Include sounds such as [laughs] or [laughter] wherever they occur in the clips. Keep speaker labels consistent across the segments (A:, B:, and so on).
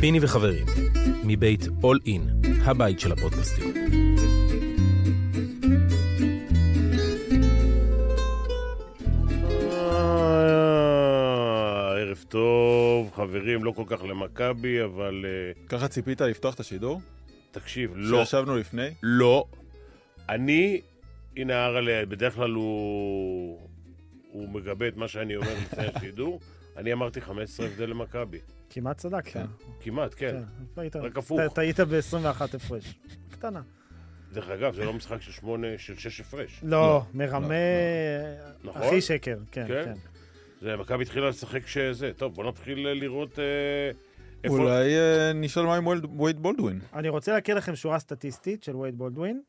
A: פיני וחברים, מבית All In, הבית של הפודקאסטים.
B: אה, ערב טוב, חברים, לא כל כך למכבי, אבל אה,
C: ככה ציפית לפתוח את השידור?
B: תקשיב, לא,
C: שישבנו לפני?
B: לא. אני, הנה הרלה, בדרך כלל הוא, הוא מגבה את מה שאני אומר
D: [laughs]
B: לפני השידור. אני אמרתי 15 הבדל למכבי.
D: כמעט צדקת.
C: כן.
B: כמעט, כן.
D: כן, היית-
B: רק הפוך.
D: ט- טעית ב-21 הפרש. קטנה.
B: דרך אגב, זה לא משחק של שמונה, של שש הפרש.
D: לא, מרמה...
B: לא. נכון?
D: הכי שקר, כן,
B: כן.
D: כן.
B: זה, מכבי התחילה לשחק שזה. טוב, בוא נתחיל אה, לראות אה, איפה...
C: אולי אה, נשאל מה עם וולד- וייד בולדווין.
D: אני רוצה להקריא לכם שורה סטטיסטית של וייד בולדווין.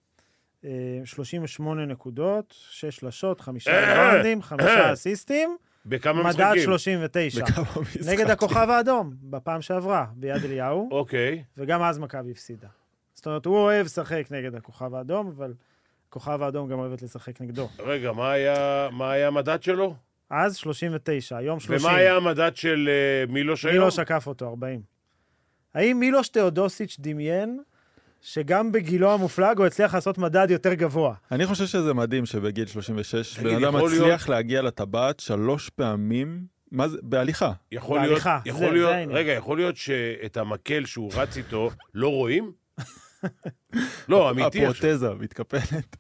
D: אה, 38 נקודות, 6 שלשות, 5
B: אה,
D: ריבאונדים, 5 אסיסטים,
B: בכמה
D: מדד
B: משחקים?
D: 39.
C: בכמה משחקים.
D: נגד הכוכב האדום, בפעם שעברה, ביד
B: [laughs]
D: אליהו,
B: אוקיי.
D: וגם אז מכבי הפסידה. זאת אומרת, הוא אוהב לשחק נגד הכוכב האדום, אבל הכוכב האדום גם אוהבת לשחק נגדו.
B: רגע, מה היה- מה היה המדד שלו?
D: אז 39, היום 30.
B: ומה היה המדד של אה, מילוש היום?
D: מילוש עקף אותו, 40. האם מילוש תאודוסיץ' דמיין שגם בגילו המופלג הוא הצליח לעשות מדד יותר גבוה?
C: אני חושב שזה מדהים שבגיל 36
B: תגיד,
C: בן אדם
B: יכול להיות-
C: מצליח להגיע לטבעת שלוש פעמים, מה זה? בהליכה.
B: יכול להיות,
D: בהליכה, זה-
B: יכול
D: זה
B: להיות,
D: העניין.
B: רגע, יכול להיות שאת המקל שהוא רץ איתו לא
D: [laughs]
B: רואים? לא, אמיתי עכשיו.
C: הפרוטזה מתקפלת.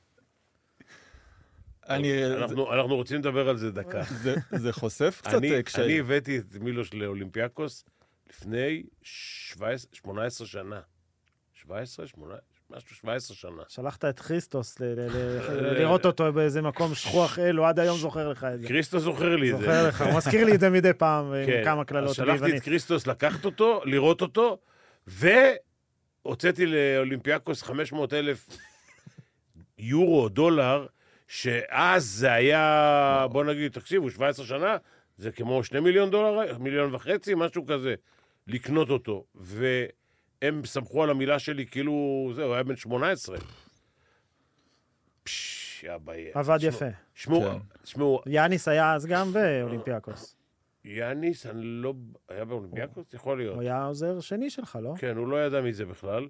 C: אני...
B: אנחנו- אנחנו רוצים לדבר על זה דקה.
C: זה- זה
B: [laughs]
C: חושף קצת
B: אני
C: אה,
B: אני
C: קשיים.
B: הבאתי את מילוש לאולימפיאקוס לפני 17 18 שנה. 17, 18, משהו 17 שנה.
D: שלחת את כריסטוס ל- ל-
B: אה,
D: ל- לראות אותו באיזה מקום שכוח אל, הוא עד היום זוכר לך את זה.
B: קריסטוס זוכר לי את זה.
D: זוכר לך, הוא מזכיר לי את זה מדי פעם
B: כן.
D: עם כמה
B: אז
D: קללות
B: שלחתי את
D: ביוונית.
B: קריסטוס לקחת אותו, לראות אותו, והוצאתי לאולימפיאקוס 500 אלף יורו, או דולר, שאז זה היה, בוא נגיד, תקשיבו, 17 שנה, זה כמו 2 מיליון דולר, מיליון וחצי, משהו כזה, לקנות אותו. והם סמכו על המילה שלי כאילו, זהו, היה בן 18. פשש, יא ביי.
D: עבד
B: תשמעו-
D: יפה.
B: תשמעו,
C: כן.
B: תשמעו,
D: יאניס היה אז גם באולימפיאקוס.
B: אה, יאניס, אני לא... היה באולימפיאקוס? יכול להיות.
D: הוא היה עוזר שני שלך, לא?
B: כן, הוא לא ידע מי זה בכלל.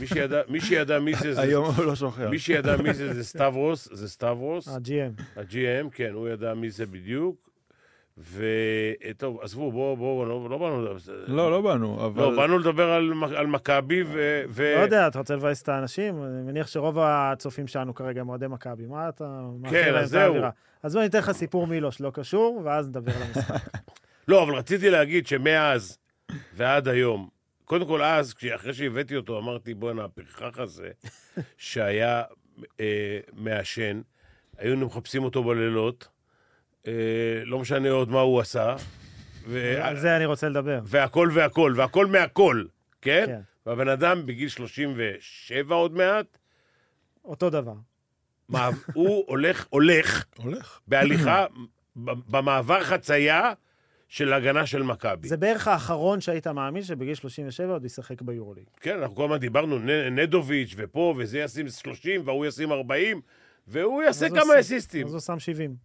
B: מי שידע- מי שידע מי זה, זה...
C: היום הוא לא שוכח.
B: מי שידע מי זה, זה סטברוס, זה סטברוס,
D: ה-GM.
B: ה-GM, כן, הוא ידע מי זה בדיוק. ו... אה, טוב, עזבו, בואו, בואו, לא- לא באנו לדבר...
C: לא, לא באנו, אבל...
B: לא, באנו לדבר על מ- על מכבי ו... ו-
D: לא יודע, אתה רוצה לבאס את האנשים? אני מניח שרוב הצופים שלנו כרגע הם אוהדי מכבי. מה אתה... מה
B: כן,
D: אתה יודע
B: אז
D: את
B: זהו.
D: האווירה? אז בוא ניתן לך סיפור מילוש לא קשור, ואז נדבר על המשחק.
B: לא, אבל רציתי להגיד שמאז ועד היום, קודם כל אז, כש- אחרי שהבאתי אותו, אמרתי, בואנה, הפרחח הזה, שהיה אה, מעשן, היינו מחפשים אותו בלילות, אה, לא משנה עוד מה הוא עשה, ו-
D: על זה אני רוצה לדבר.
B: והכל והכל, והכל מהכל, כן?
D: כן.
B: והבן אדם בגיל 37 עוד מעט,
D: אותו דבר.
B: מה, הוא הולך, הולך
C: הולך.
B: בהליכה ב- במעבר חצייה של הגנה של מכבי.
D: זה בערך האחרון שהיית מאמין שבגיל 37 עוד ישחק ביורוליג.
B: כן, אנחנו כל הזמן דיברנו, נ- נדוביץ' ופה, וזה ישים 30, והוא ישים 40, והוא יעשה
D: אז הוא
B: כמה
D: שם-
B: אסיסטים.
D: אז הוא שם 70.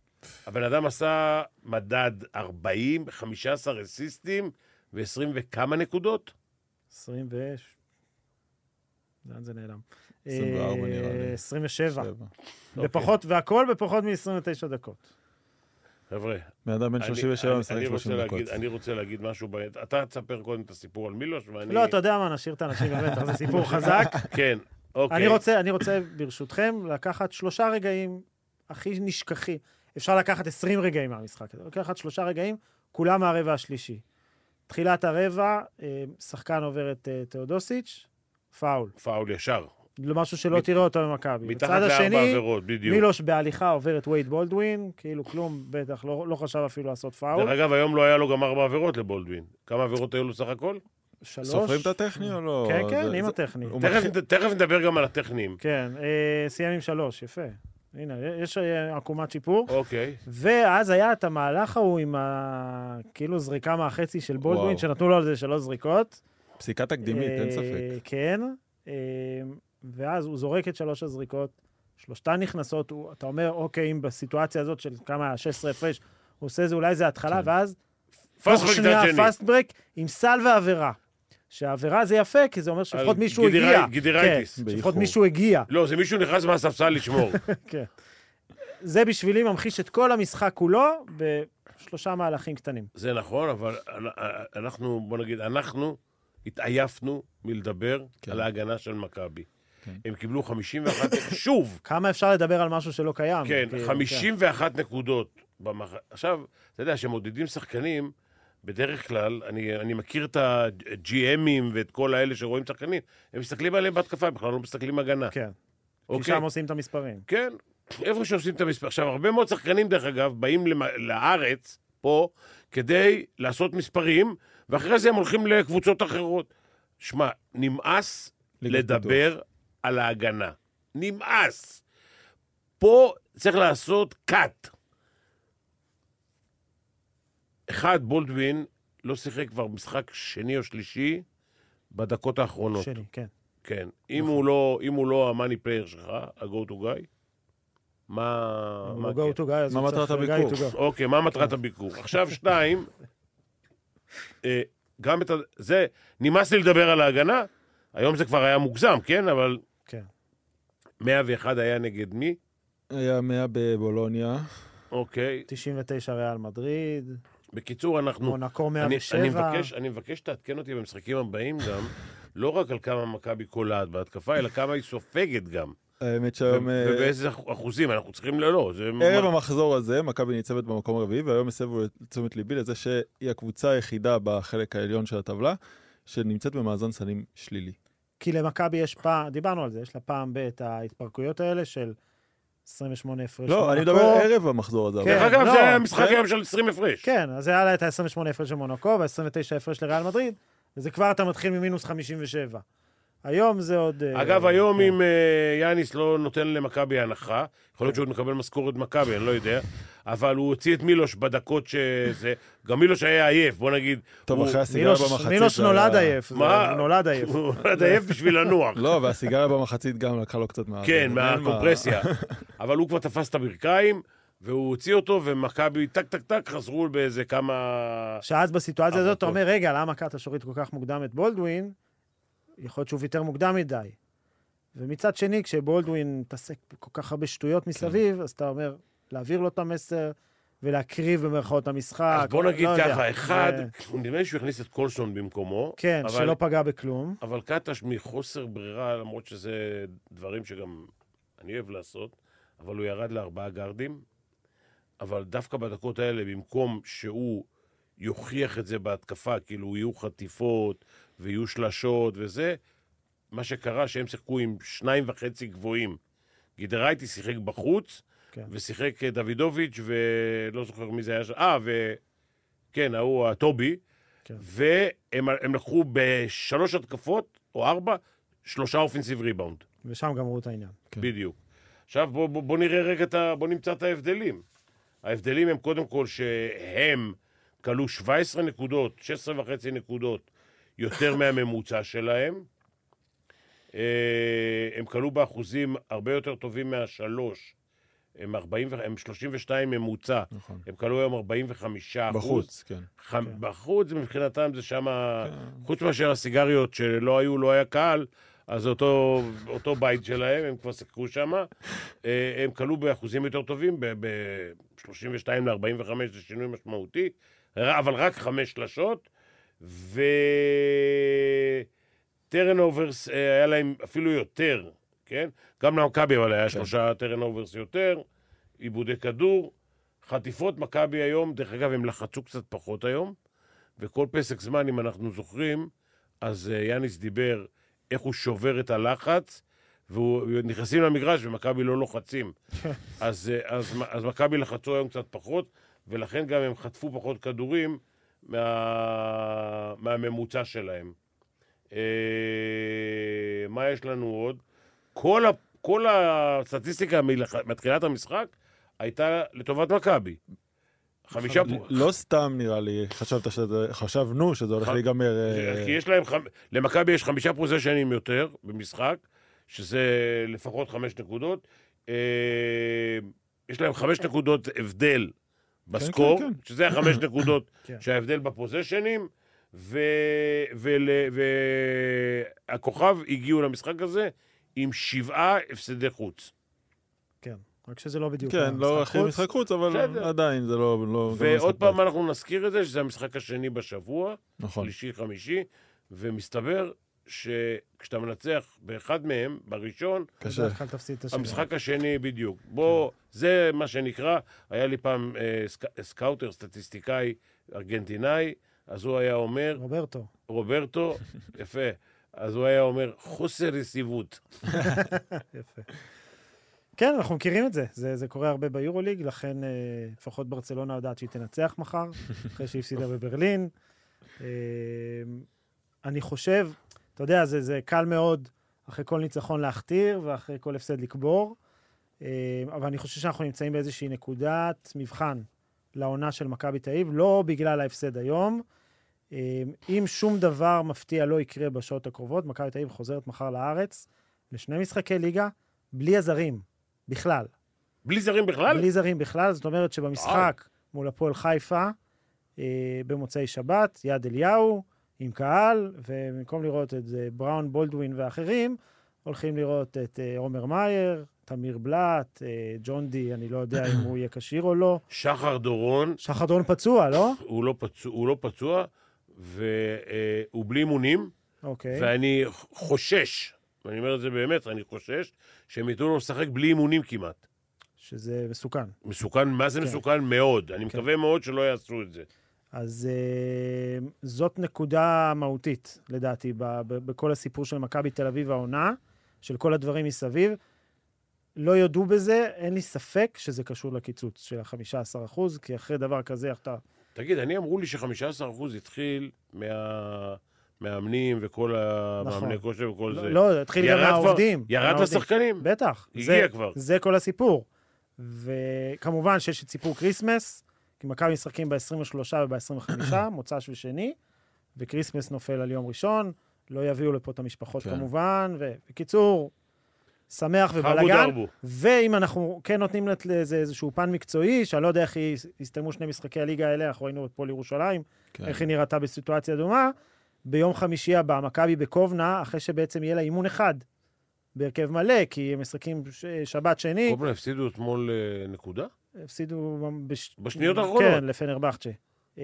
B: הבן אדם עשה מדד 40, 15 אסיסטים ו-20 וכמה נקודות?
D: 20 ו... לאן זה נעלם?
C: 24 נראה לי. אוקיי.
D: אה, 27.
C: שבע.
D: בפחות, והכל בפחות מ-29 דקות.
B: חבר'ה,
C: בן אדם בן
B: אני-
C: 37
B: אני-
C: משחק
B: אני רוצה
C: 30 דקות.
B: להגיד- אני רוצה להגיד משהו, ב- אתה תספר קודם את הסיפור על מילוש, ואני...
D: לא, אתה יודע מה, נשאיר את האנשים במתח, זה
C: [laughs]
D: סיפור חזק.
B: כן, אוקיי.
D: אני רוצה, אני רוצה, ברשותכם, לקחת שלושה רגעים הכי נשכחים. אפשר לקחת 20 רגעים מהמשחק הזה. לקחת שלושה רגעים, כולם מהרבע השלישי. תחילת הרבע, אה, שחקן עובר את אה, תאודוסיץ', פאול.
B: פאול ישר.
D: לא משהו שלא
B: מת-
D: תראה אותו במכבי.
B: מתחת
D: בצד
B: לארבע
D: השני,
B: עבירות, בדיוק.
D: מילוש בהליכה עובר את וייד בולדווין, כאילו כלום, בטח, לא לא חשב אפילו לעשות
B: דרך
D: פאול.
B: אגב, היום לא היה לו גם ארבע עבירות לבולדווין. כמה עבירות היו לו סך הכל?
D: שלוש.
C: סופרים את הטכני או לא?
D: כן, כן,
C: זה-
D: עם
C: זה-
D: הטכני.
C: הוא מתחיל-
B: תכף- תכף נדבר גם על הטכניים.
D: כן, אה, סיים עם שלוש, יפה. הנה, יש אה, עקומת שיפור.
B: אוקיי.
D: ואז היה את המהלך ההוא עם ה... כאילו זריקה מהחצי של בולדווין,
C: וואו.
D: שנתנו לו על זה שלוש זריקות.
C: פסיקה תקדימית, אין
D: אה,
C: ספק.
D: כן. אה, ואז הוא זורק את שלוש הזריקות, שלושתן נכנסות, הוא, אתה אומר, אוקיי, אם בסיטואציה הזאת של כמה, 16 הפרש, הוא עושה זה, אולי זה התחלה,
C: כן.
D: ואז
B: פסט
D: תוך
B: ברק
D: שנייה
B: צד שני.
D: פאסט ברק עם סל ועבירה. שהעבירה זה יפה, כי זה אומר שלפחות
B: על
D: מישהו
B: גדירי-
D: הגיע.
B: גדירייטיס.
D: כן, שלפחות
C: באיחור.
D: מישהו הגיע. [laughs]
B: לא, זה מישהו נכנס מהספסל לשמור.
D: כן. זה בשבילי ממחיש את כל המשחק כולו בשלושה מהלכים קטנים.
B: [laughs] זה נכון, אבל אנ- אנחנו, בוא נגיד, אנחנו התעייפנו מלדבר
C: כן.
B: על ההגנה של מכבי.
C: כן.
B: הם קיבלו 51, [laughs] שוב,
D: כמה אפשר לדבר על משהו שלא קיים?
B: כן,
D: כאילו,
B: 51 נקודות. במח... עכשיו, אתה יודע, כשמודדים שחקנים, בדרך כלל, אני, אני מכיר את הג'י.אמים ואת כל האלה שרואים שחקנים, הם מסתכלים עליהם בהתקפה, הם בכלל לא מסתכלים הגנה.
D: כן, כן. כי
B: אוקיי?
D: שם עושים את המספרים.
B: כן, איפה שעושים את המספר. עכשיו, הרבה מאוד שחקנים, דרך אגב, באים למ... לארץ, פה, כדי לעשות מספרים, ואחרי זה הם הולכים לקבוצות אחרות. שמע, נמאס
C: ליגת
B: לדבר על ההגנה. נמאס. פה צריך לעשות קאט. אחד, בולדווין לא שיחק כבר משחק שני או שלישי בדקות האחרונות.
D: שני, כן.
B: כן. אם
D: נכון.
B: הוא לא, אם הוא לא המאני פלייר שלך, ה-go to guy, מה...
D: הוא
B: אה, מה כן.
D: go to guy, אז
C: מה
D: הוא
C: מטרת
D: צריך guy כן.
C: הביקור?
D: to go.
B: אוקיי, מה מטרת הביקור? עכשיו, שתיים, אה, גם את ה... זה, נמאס לי לדבר על ההגנה, היום זה כבר היה מוגזם, כן? אבל
D: כן.
B: 101 היה נגד מי?
C: היה 100 בבולוניה.
B: אוקיי.
D: 99 ריאל מדריד,
B: בקיצור, אנחנו...
D: מונקו
B: אני, אני
D: 107.
B: מבקש, אני מבקש שתעדכן אותי במשחקים הבאים גם, לא רק על כמה מכבי קולעת בהתקפה, אלא כמה היא סופגת גם.
C: האמת
B: ו-
C: שהיום... אה,
B: ובאיזה אח- אחוזים, אנחנו צריכים ללא, זה...
C: ערב
B: מה-
C: המחזור הזה, מכבי ניצבת במקום הרביעי, והיום הסבו את תשומת ליבי לזה שהיא הקבוצה היחידה בחלק העליון של הטבלה, שנמצאת במאזן סלים שלילי.
D: כי למכבי יש פעם, דיברנו על זה, יש לה פעם ב' את ההתפרקויות האלה של 28 הפרש.
C: לא, אני
D: למונקו.
C: מדבר ערב המחזור הזה.
D: כן.
B: דרך אגב,
D: לא,
B: זה היה משחק
C: כן.
B: היום של 20 הפרש.
D: כן, אז היה לה את ה-28 הפרש של מונקו וה-29 הפרש לריאל מדריד, וזה כבר אתה מתחיל ממינוס 57. היום זה עוד... אה,
B: אגב, היום
D: כן.
B: אם אה, יאניס לא נותן למכבי הנחה, יכול להיות שהוא עוד מקבל משכורת מכבי, אני לא יודע, אבל הוא הוציא את מילוש בדקות שזה... גם מילוש היה עייף, בוא נגיד.
C: טוב,
B: הוא-
C: אחרי הסיגריה
D: מילוש-
C: במחצית...
D: מילוש
C: זה היה-
D: נולד עייף, זה-
B: מה?
D: הוא נולד עייף.
B: הוא עד עייף בשביל לנוח.
C: לא, והסיגריה במחצית גם לקחה לו קצת מה...
B: [laughs] כן,
C: אין מה-
D: [laughs]
B: מהקומפרסיה. אבל הוא כבר תפס את הברכיים, והוא הוציא אותו, ומכבי טק טק טק חזרו באיזה כמה...
D: שאז בסיטואציה
B: אבל
D: הזאת אתה
B: טוב.
D: אומר, רגע, למה קאטה שורית כל כך מוקדם את בולדווין? יכול להיות שהוא ויתר מוקדם מדי. ומצד שני, כשבולדווין מתעסק בכל כך הרבה שטויות
B: כן.
D: מסביב, אז אתה אומר, להעביר לו את המסר ולהקריב במרכאות את המשחק.
B: אז בוא נגיד
D: לא יודע.
B: ככה, אחד,
D: זה-
B: נדמה לי שהוא הכניס את קולסון במקומו.
D: כן,
B: אבל-
D: שלא פגע בכלום.
B: אבל קטש מחוסר ברירה, למרות שזה דברים שגם אני אוהב לעשות, אבל הוא ירד לארבעה גארדים, אבל דווקא בדקות האלה, במקום שהוא יוכיח את זה בהתקפה, כאילו יהיו חטיפות ויהיו שלשות וזה, מה שקרה שהם שיחקו עם שניים וחצי גבוהים. גידרייטי שיחק בחוץ,
D: כן.
B: ושיחק אה, דוידוביץ' ולא זוכר מי זה היה שם, אה, ו... כן, ההוא, הטובי.
D: כן.
B: והם הם לקחו בשלוש התקפות, או ארבע, שלושה אופנסיב ריבאונד.
D: ושם גמרו את העניין.
C: כן.
B: בדיוק. עכשיו בוא, בוא, בוא נראה רגע, את ה, בוא נמצא את ההבדלים. ההבדלים הם קודם כל שהם כלו 17 נקודות, 16 וחצי נקודות יותר מהממוצע שלהם. אה, הם כלו באחוזים הרבה יותר טובים מהשלוש. הם, 40, ו- הם 32 ממוצע,
C: נכון.
B: הם כלו היום 45 אחוז.
C: בחוץ, כן.
B: ח- בחוץ מבחינתם זה שם,
C: כן.
B: חוץ מאשר הסיגריות שלא היו, לא היה קהל, אז אותו, אותו בית שלהם, הם כבר סקרו שם. הם כלו באחוזים יותר טובים, ב-32 ל-45 זה שינוי משמעותי, ר- אבל רק חמש שלשות, ו... טרן אוברס אה, היה להם אפילו יותר, כן? גם למכבי אבל
C: כן.
B: היה שלושה טרן אוברס יותר, עיבודי כדור, חטיפות מכבי היום, דרך אגב, הם לחצו קצת פחות היום, וכל פסק זמן, אם אנחנו זוכרים, אז אה, יאניס דיבר איך הוא שובר את הלחץ, והוא- ונכנסים למגרש ומכבי לא לוחצים. אז, אה, אז, מ- אז מכבי לחצו היום קצת פחות, ולכן גם הם חטפו פחות כדורים מה, מהממוצע שלהם. אה, מה יש לנו עוד? כל, ה, כל הסטטיסטיקה מלח, מתחילת המשחק הייתה לטובת מכבי. חמישה פו...
C: לא סתם נראה לי, חשבת שזה, חשבנו שזה הולך
B: ח-
C: להיגמר... אה,
B: כי יש להם, חמ- למכבי יש חמישה פוזיישנים יותר במשחק, שזה לפחות חמש נקודות. אה, יש להם חמש נקודות הבדל בסקור,
C: כן, כן. [coughs]
B: שזה החמש נקודות
D: כן.
B: שההבדל בפוזיישנים, ו... ול... והכוכב הגיעו למשחק הזה עם שבעה הפסדי חוץ.
D: כן, רק שזה לא בדיוק.
C: כן, לא הכי משחק חוץ, אבל
B: בסדר.
C: עדיין זה לא... לא- גם לא משחק
B: ועוד פעם
C: בית.
B: אנחנו נזכיר את זה, שזה המשחק השני בשבוע,
C: נכון.
B: שלישי, חמישי, ומסתבר שכשאתה מנצח באחד מהם, בראשון,
C: קשה.
D: בדרך כלל תפסיד את השני.
B: המשחק השני בדיוק. בוא, זה מה שנקרא, היה לי פעם אה, סק- סקאוטר, סטטיסטיקאי ארגנטינאי, אז הוא היה אומר,
D: רוברטו.
B: רוברטו, יפה, אז הוא היה אומר, חוסר יציבות.
D: יפה. כן, אנחנו מכירים את זה. זה, זה קורה הרבה ביורוליג, לכן אה, לפחות ברצלונה יודעת שהיא תנצח מחר, אחרי שהיא הפסידה בברלין. אה, אני חושב, אתה יודע, זה, זה קל מאוד אחרי כל ניצחון להכתיר ואחרי כל הפסד לקבור, אה, אבל אני חושב שאנחנו נמצאים באיזושהי נקודת מבחן לעונה של מכבי תל אביב, לא בגלל ההפסד היום. אה, אם שום דבר מפתיע לא יקרה בשעות הקרובות, מכבי תל אביב חוזרת מחר לארץ. לשני משחקי ליגה, בלי הזרים, בכלל.
B: בלי זרים בכלל?
D: בלי זרים בכלל, זאת אומרת שבמשחק מול הפועל חיפה, אה, במוצאי שבת, יד אליהו, עם קהל, ובמקום לראות את אה, בראון, בולדווין ואחרים, הולכים לראות את אה, עומר מאייר, תמיר בלאט, אה, ג'ון די, אני לא יודע אם הוא יהיה כשיר או לא.
B: שחר דורון,
D: שחר דורון פצוע, לא?
B: הוא לא פצוע, הוא לא פצוע והוא בלי אימונים,
D: אוקיי.
B: ואני חושש, ואני אומר את זה באמת, אני חושש, שהם ייתנו לו לשחק בלי אימונים כמעט.
D: שזה מסוכן.
B: מסוכן, מה זה
D: כן.
B: מסוכן? מאוד. אני
D: כן.
B: מקווה מאוד שלא יעשו את זה.
D: אז אה, זאת נקודה מהותית, לדעתי, ב- ב- בכל הסיפור של מכבי תל אביב העונה, של כל הדברים מסביב. לא יודו בזה, אין לי ספק שזה קשור לקיצוץ של ה-15%, כי אחרי דבר כזה אתה...
B: תגיד, אני אמרו לי ש-15% התחיל מהמאמנים וכל המאמני
D: נכון.
B: כושר וכל אה, זה.
D: לא, לא, התחיל גם
B: ירד כבר-
D: מהעובדים.
B: ירד
D: מהעובדים.
B: לשחקנים.
D: בטח.
B: הגיע
D: זה-
B: כבר.
D: זה כל הסיפור. וכמובן שיש את סיפור כריסמס, כי מכבי משחקים ב-23 וב-25, מוצ"ש ושני, וכריסמס נופל על יום ראשון, לא יביאו לפה את המשפחות
C: כן.
D: כמובן, ובקיצור, שמח
B: חרבו
D: ובלאגן.
B: דרבו.
D: ואם אנחנו כן נותנים לת- לזה איזשהו פן מקצועי, שאני לא יודע איך יס- יסתיימו שני משחקי הליגה האלה, אנחנו ראינו את פועל ירושלים,
C: כן.
D: איך היא נראתה בסיטואציה דומה. ביום חמישי הבא, מכבי בקובנה, אחרי שבעצם יהיה לה אימון אחד בהרכב מלא, כי הם משחקים ש- שבת שני,
B: קובנה הפסידו אתמול אה, נקודה?
D: הפסידו... בש-
B: בשניות האחרונות.
D: כן, לפנרבחצ'ה. אה,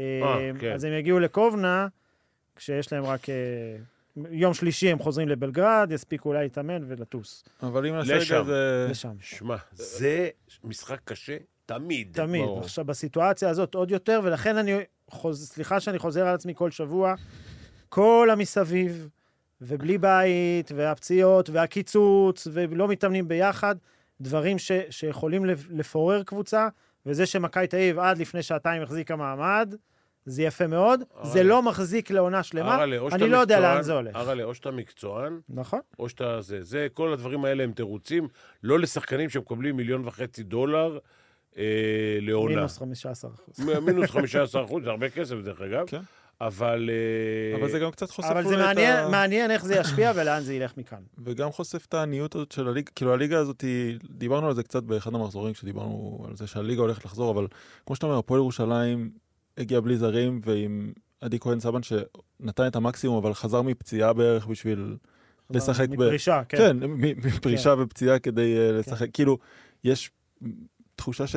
B: כן.
D: אז הם יגיעו לקובנה, כשיש להם רק... אה, יום שלישי הם חוזרים לבלגרד, יספיקו אולי להתאמן ולטוס
C: אבל אם נעשה
B: לשם.
C: רגע
B: אה.
C: זה...
D: לשם.
B: שמע, זה משחק קשה תמיד.
D: תמיד.
C: ברור.
D: עכשיו, בסיטואציה הזאת עוד יותר, ולכן אני... חוז... סליחה שאני חוזר על עצמי כל שבוע, כל המסביב, ובלי בית, והפציעות, והקיצוץ, ולא מתאמנים ביחד, דברים ש... שיכולים לפ- לפורר קבוצה, וזה שמכבי תל אביב עד לפני שעתיים החזיקה מעמד, זה יפה מאוד. זה
B: אראלה.
D: לא מחזיק לעונה שלמה.
B: אראלה, או
D: אני
B: שאתה
D: לא יודע
B: מקצוען-
D: לאן זה הולך.
B: אראלה, או שאתה מקצוען,
D: נכון.
B: או שאתה זה. זה, כל הדברים האלה הם תירוצים, לא לשחקנים שמקבלים מיליון וחצי דולר אה, לעונה.
D: מינוס 15 אחוז.
B: מ- מינוס 15 אחוז, זה הרבה כסף דרך אגב.
C: כן.
B: אבל... אה,
C: אבל זה גם קצת חושף
D: אבל
C: אולי את
D: זה
C: ה-
D: מעניין, מעניין איך זה ישפיע ולאן זה ילך מכאן.
C: וגם חושף את העניות הזאת של הליגה, כאילו הליגה הזאת, היא- דיברנו על זה קצת באחד המחזורים, כשדיברנו על זה שהליגה הולכת לחזור, אבל כמו שאתה אומר, הפועל ירושלים הגיע בלי זרים, ועם עדי כהן סבן שנתן את המקסימום, אבל חזר מפציעה בערך בשביל לשחק ב...
D: מפרישה, כן.
C: כן, מ- מפרישה ופציעה כדי אה, לשחק, כאילו, יש תחושה ש...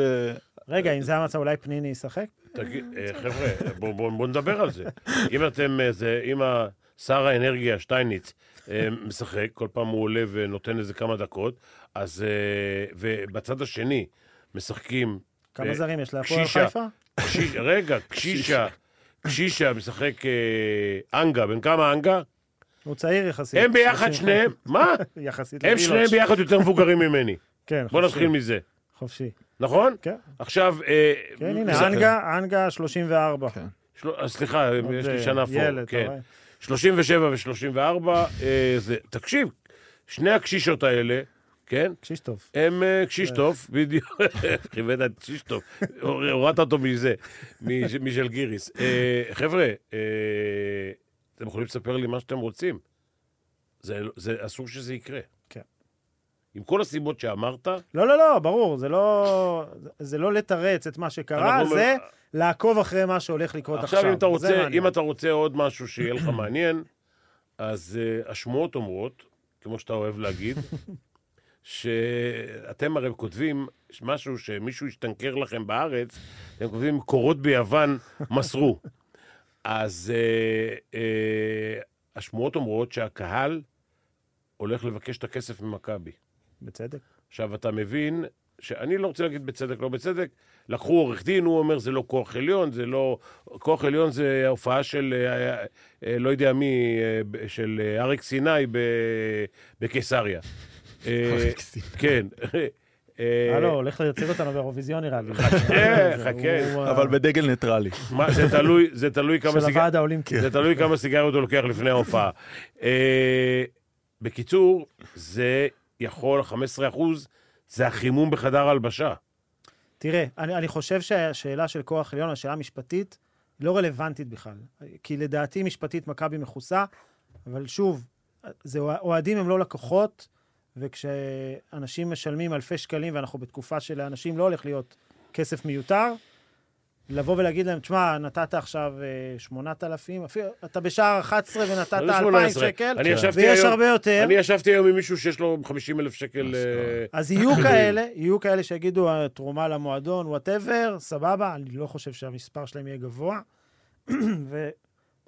D: רגע, אם זה המצב, אולי פניני ישחק?
B: תגיד, אה, חבר'ה, בואו בוא, בוא נדבר על זה. אם אתם, אה, זה, אם ה- שר האנרגיה שטייניץ אה, משחק, כל פעם הוא עולה ונותן איזה כמה דקות, אז... אה, ובצד השני משחקים...
D: כמה
B: אה,
D: זרים יש להפועל
B: קשישה.
D: חיפה?
B: קשיש, רגע, קשישה, קשישה משחק אה, אנגה, בן כמה אנגה?
D: הוא צעיר יחסית.
B: הם ביחד
D: 35.
B: שניהם, מה?
D: [laughs] יחסית
B: הם
D: לבילוץ'.
B: שניהם ביחד יותר
D: [laughs]
B: מבוגרים ממני.
D: כן,
B: בוא
D: חופשי,
B: נתחיל מזה,
D: חופשי.
B: נכון?
D: כן,
B: עכשיו... אה,
D: כן, הנה,
B: זה-
D: אנגה, אנגה 34.
C: כן.
B: של- אה, סליחה,
D: עוד,
B: יש לי
D: אה,
B: שנה פה.
D: ילד,
B: כן.
D: אתה רואה?
B: 37 ו-34, אה, זה... תקשיב, שני הקשישות האלה, כן?
D: קשיש טוב.
B: הם אה, קשישטוף, בדיוק, [laughs] כיוון את קשישטוף, הור- הורדת אותו מזה, מש- משל גיריס. אה, חבר'ה, אה, אתם יכולים לספר לי מה שאתם רוצים. זה, זה, אסור שזה יקרה.
D: כן.
B: עם כל הסיבות שאמרת,
D: לא, לא, לא, ברור, זה לא, זה לא לתרץ את מה שקרה,
B: אנחנו לא-
D: זה לעקוב אחרי מה שהולך לקרות עכשיו.
B: עכשיו אם אתה
D: זה
B: רוצה,
D: מעניין.
B: אם אתה רוצה עוד משהו שיהיה לך מעניין, [coughs] אז אה, השמועות אומרות, כמו שאתה אוהב
D: [laughs]
B: להגיד, שאתם הרי כותבים משהו שמישהו השתנקר לכם בארץ, אתם כותבים קורות
D: [laughs]
B: ביוון מסרו. אז אה, אה, השמועות אומרות שהקהל הולך לבקש את הכסף ממכבי.
D: בצדק.
B: עכשיו, אתה מבין שאני לא רוצה להגיד בצדק, לא בצדק, לקחו עורך דין, הוא אומר, זה לא כוח עליון, זה לא... כוח עליון זה הופעה של, אה, אה, לא יודע מי, אה, ב- של אה, אריק סיני ב- בקיסריה. אה, כן. אה,
D: אה, לא, הולך לייצג אותנו באירוויזיון נראה לי.
B: חכה,
D: זה-
B: חכה.
D: הוא,
C: אבל
D: אה,
C: בדגל ניטרלי.
B: מה, זה תלוי, זה תלוי כמה
D: של
B: סיגר...
D: הוועד האולימפי.
B: זה תלוי כמה סיגריות הוא לוקח לפני ההופעה. אה, בקיצור, זה יכול, 15 אחוז, זה החימום בחדר הלבשה.
D: תראה, אני, אני חושב שהשאלה של כוח עליון, השאלה המשפטית, היא לא רלוונטית בכלל. כי לדעתי משפטית מכבי מכוסה, אבל שוב, זה, אוהדים הם לא לקוחות, וכשאנשים משלמים אלפי שקלים, ואנחנו בתקופה שלאנשים לא הולך להיות כסף מיותר, לבוא ולהגיד להם, תשמע, נתת עכשיו אה, 8,000, אפילו, אתה בשער 11 ונתת
B: מה זה
D: 2,000
B: 18?
D: שקל,
B: לא אני ישבתי
D: ויש
B: היום-
D: הרבה יותר.
B: אני ישבתי היום עם מישהו שיש לו 50 אלף שקל... אה,
D: אז
B: [clears throat]
D: יהיו כאלה, יהיו כאלה שיגידו, התרומה למועדון, וואטאבר, סבבה, אני לא חושב שהמספר שלהם יהיה גבוה. [clears throat]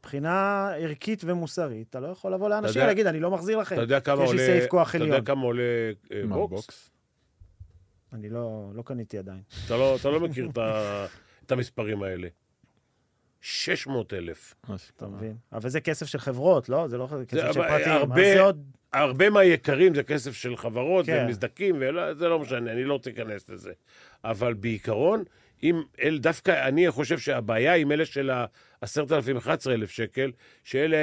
D: ומבחינה ערכית ומוסרית, אתה לא יכול לבוא
B: אתה
D: לאנשים
B: יודע-
D: ולהגיד, אני לא מחזיר לכם.
B: אתה יודע כמה
D: יש לי
B: עולה...
D: סעיף כוח
B: אתה
D: עליון.
B: יודע כמה עולה אה,
C: מה,
B: בוקס?
D: אני לא, לא קניתי עדיין.
B: אתה לא- אתה לא מכיר את ה- את המספרים האלה. 600 אלף.
C: ממש.
D: אתה מבין? אבל זה כסף של חברות, לא? זה לא כסף של
B: אבל
D: פרטים.
B: הרבה-
D: אז זה עוד...
B: הרבה מהיקרים זה כסף של חברות,
D: כן.
B: זה מזדקים, וזה לא משנה, אני לא רוצה להיכנס לזה. אבל בעיקרון, אם אל, דווקא אני חושב שהבעיה עם אלה של ה-10,000, 11,000 שקל, שאלה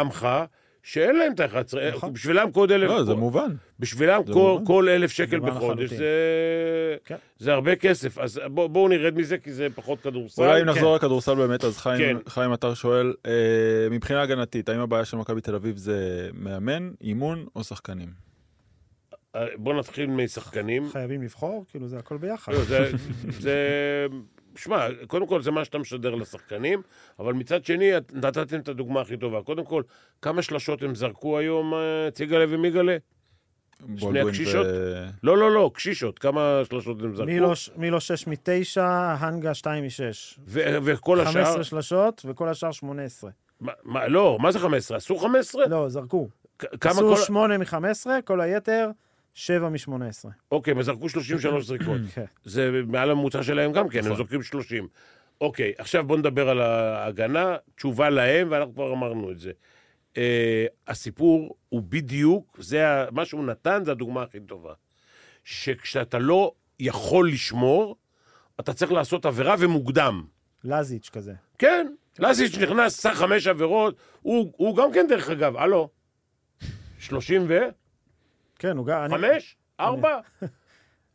B: עמך, שאין להם את ה-11,000,
D: נכון.
B: בשבילם קוד אלף.
C: לא, זה מובן.
B: בשבילם
C: זה
B: כל,
C: מובן.
B: כל אלף שקל
D: מובן
B: בחודש
D: לחלוטין.
B: זה,
D: כן.
B: כן. זה הרבה כסף. אז בוא, בואו נרד מזה, כי זה פחות כדורסל.
C: אולי אם
D: כן.
C: נחזור לכדורסל באמת, אז חיים-
B: כן.
C: חיים עטר שואל, אה, מבחינה הגנתית, האם הבעיה של מכבי תל אביב זה מאמן, אימון או שחקנים?
B: אה, בואו נתחיל
D: [laughs]
B: משחקנים.
D: חייבים לבחור, כאילו, זה הכל ביחד.
B: לא, זה, זה, שמע, קודם כל זה מה שאתה משדר לשחקנים, אבל מצד שני, את- נתתם את הדוגמה הכי טובה. קודם כל, כמה שלשות הם זרקו היום, אה, ציגלה ומיגלה?
C: בולדווין
B: הקשישות?
C: ו-
B: לא, לא, לא, קשישות, כמה שלשות הם זרקו?
D: מי לא ש- מי לא שש מתשע, הנגה שתיים משש.
B: ו- וכל השאר...
D: 15 שלשות, וכל השאר 18.
B: מה- מה, לא, מה זה 15? עשו 15?
D: לא, זרקו.
B: כ- כמה
D: עשו
B: כל...
D: 8 מ-15, כל היתר 7 מ-18.
B: אוקיי, הם זרקו
D: [clears throat]
B: 33 זריקות.
D: כן.
B: זה מעל הממוצע שלהם גם כן, הם
C: נכון.
B: זורקים 30. אוקיי, עכשיו בואו נדבר על ההגנה, תשובה להם, ואנחנו כבר אמרנו את זה. Uh, הסיפור הוא בדיוק, זה ה- מה שהוא נתן, זה הדוגמה הכי טובה. שכשאתה לא יכול לשמור, אתה צריך לעשות עבירה ומוקדם.
D: לזיץ' כזה.
B: כן, לסיץ' נכנס, סך חמש עבירות, הוא, הוא גם כן, דרך אגב, הלו, 30 ו?
D: כן, הוא גם... אני-
B: 5? 4?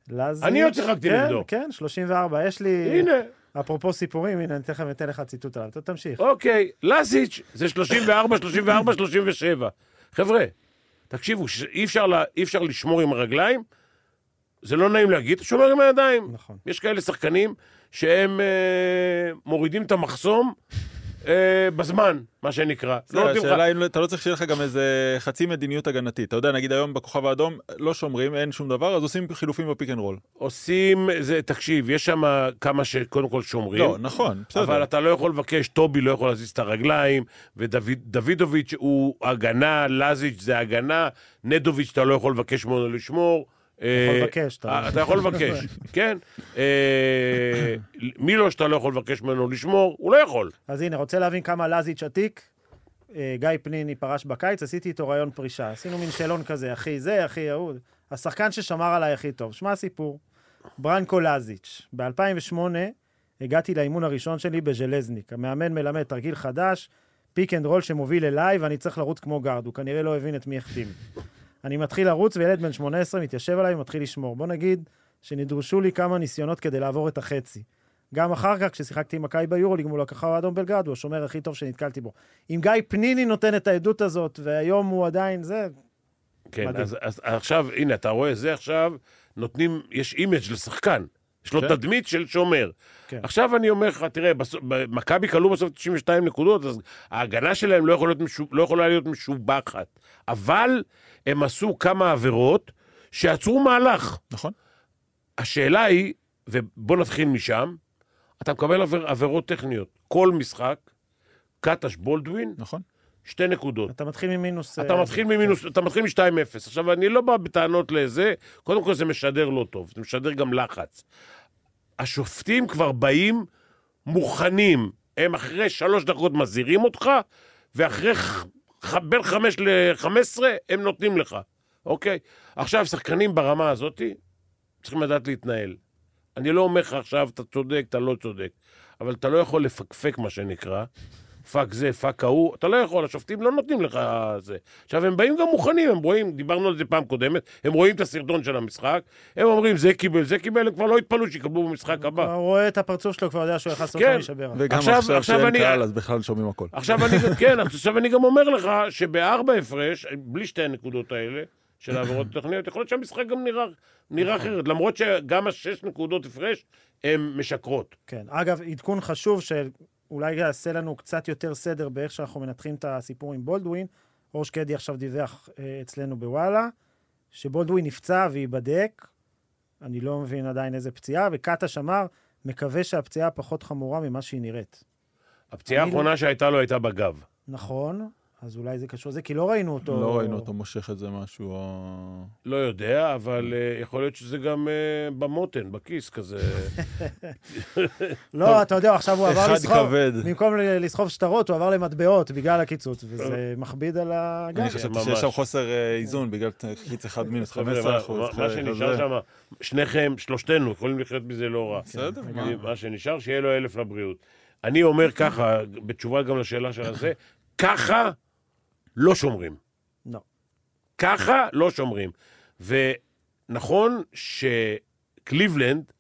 D: לזיץ'.
B: אני עוד שיחקתי
D: כן,
B: נגדו.
D: כן, 34. יש לי...
B: הנה.
D: אפרופו סיפורים, הנה, אני תכף אתן לך ציטוט עליו. אתה תמשיך.
B: אוקיי, לזיץ' זה 34, 34, 37. חבר'ה, תקשיבו, ש- אי אפשר, לה, אי אפשר לשמור עם הרגליים, זה לא נעים להגיד, אתה שומר עם הידיים.
D: נכון.
B: יש כאלה שחקנים שהם אה, מורידים את המחסום אה, בזמן, מה שנקרא. לא נותנים לך...
C: השאלה אם אתה לא צריך שיהיה לך גם איזה חצי מדיניות הגנתית. אתה יודע, נגיד היום בכוכב האדום לא שומרים, אין שום דבר, אז עושים חילופים בפיק אנד רול.
B: עושים, זה, תקשיב, יש שם כמה שקודם כל שומרים.
C: לא, נכון,
B: אבל
C: בסדר.
B: אתה לא יכול לבקש, טובי לא יכול להזיז את הרגליים, ודוידוביץ' הוא הגנה, לזיץ' זה הגנה, נדוביץ' אתה לא יכול לבקש ממנו לשמור.
D: יכול
B: אה,
D: לבקש, אתה- לא-
B: אה, אתה יכול
D: [laughs]
B: לבקש, כן. אה, מילוש אתה לא יכול לבקש ממנו לשמור, הוא לא יכול.
D: אז הנה, רוצה להבין כמה לזיץ' עתיק? אה, גיא פניני פרש בקיץ, עשיתי איתו ראיון פרישה. עשינו מין שאלון כזה, אחי זה, אחי ההוא. השחקן ששמר עליי הכי טוב. שמע סיפור. ברנקו לזיץ'. ב-2008 הגעתי לאימון הראשון שלי בז'לזניק. המאמן מלמד תרגיל חדש, פיק אנד רול שמוביל אליי, ואני צריך לרוץ כמו גארד. הוא כנראה לא הבין את מי החתים. אני מתחיל לרוץ, וילד בן 18 מתיישב עליי ומתחיל לשמור. בוא נגיד שנדרשו לי כמה ניסיונות כדי לעבור את החצי. גם אחר כך, כששיחקתי עם מכבי ביורוליג מול הכוכב האדום בלגרד, הוא השומר הכי טוב שנתקלתי בו. אם גיא פניני נותן את העדות הזאת, והיום הוא עדיין זה,
B: כן,
D: מדהים.
B: אז, אז עכשיו, הנה, אתה רואה, זה עכשיו, נותנים, יש אימג' לשחקן. יש לו
C: כן.
B: תדמית של שומר.
D: כן.
B: עכשיו אני אומר לך, תראה, בסוף- ב- מכבי כלו בסוף 92 נקודות, אז ההגנה שלהם לא, יכול להיות משו- לא יכולה להיות משובחת. אבל הם עשו כמה עבירות שעצרו מהלך.
C: נכון?
B: השאלה היא, ובוא נתחיל משם, אתה מקבל עביר, עבירות טכניות. כל משחק, קטש בולדווין,
C: נכון.
B: שתי נקודות.
D: אתה מתחיל ממינוס...
B: אתה
D: אה,
B: מתחיל ממינוס, אתה מתחיל מ-2-0. עכשיו, אני לא בא בטענות לזה, קודם כל זה משדר לא טוב, זה משדר גם לחץ. השופטים כבר באים מוכנים, הם אחרי שלוש דקות מזהירים אותך, ואחרי ח- ח- בין חמש לחמש עשרה הם נותנים לך, אוקיי? עכשיו, שחקנים ברמה הזאת צריכים לדעת להתנהל. אני לא אומר לך עכשיו, אתה צודק, אתה לא צודק, אבל אתה לא יכול לפקפק, מה שנקרא. פאק זה, פאק ההוא, אתה לא יכול, השופטים לא נותנים לך זה. עכשיו, הם באים גם מוכנים, הם רואים, דיברנו על זה פעם קודמת, הם רואים את הסרטון של המשחק, הם אומרים, זה קיבל, זה קיבל, הם כבר לא יתפלאו שיקבלו במשחק הבא.
D: כבר רואה את הפרצוף שלו, כבר יודע שהוא יכל לעשות
B: כן.
D: אותו לשבר.
C: וגם
B: עכשיו-
C: עכשיו
B: עכשיו
C: שאין
B: אני-
C: קהל, אז בכלל שומעים הכל.
B: עכשיו אני, כן, עכשיו אני גם אומר לך שבארבע הפרש, בלי שתי הנקודות האלה, של העבירות הטכניות, יכול להיות שהמשחק גם נראה, נראה אחרת, למרות שגם השש נקודות הפרש הן משקרות.
D: כן. אגב, עדכון חשוב שאולי יעשה לנו קצת יותר סדר באיך שאנחנו מנתחים את הסיפור עם בולדווין. אור שקדי עכשיו דיווח אה, אצלנו בוואלה, שבולדווין נפצע וייבדק. אני לא מבין עדיין איזה פציעה, וקטש אמר, מקווה שהפציעה פחות חמורה ממה שהיא נראית.
B: הפציעה
D: אני לא-
B: האחרונה שהייתה לו הייתה בגב.
D: נכון, אז אולי זה קשור לזה, כי לא ראינו אותו.
C: לא ראינו אותו מושך את זה משהו... אה,
B: לא יודע, אבל אה, יכול להיות שזה גם אה, במותן, בכיס כזה.
D: לא, אתה יודע, עכשיו הוא עבר
C: אחד
D: לסחוב,
C: כבד.
D: במקום ל- לסחוב שטרות, הוא עבר למטבעות בגלל הקיצוץ, וזה מכביד על הגב.
C: [laughs] אני חשבתי
B: ממש.
C: שיש שם חוסר אה, איזון בגלל חיץ אחד מינוס 15
B: חבר'ה,
C: אחוז.
B: מה- מה שנשאר שם, שניכם, שלושתנו, יכולים לחיות מזה לא רע.
C: בסדר, מה?
B: אני- מה שנשאר, שיהיה לו אלף לבריאות. אני אומר ככה, בתשובה גם לשאלה של הזה, ככה לא שומרים.
D: לא.
B: ככה לא שומרים. ונכון נכון שקליבלנד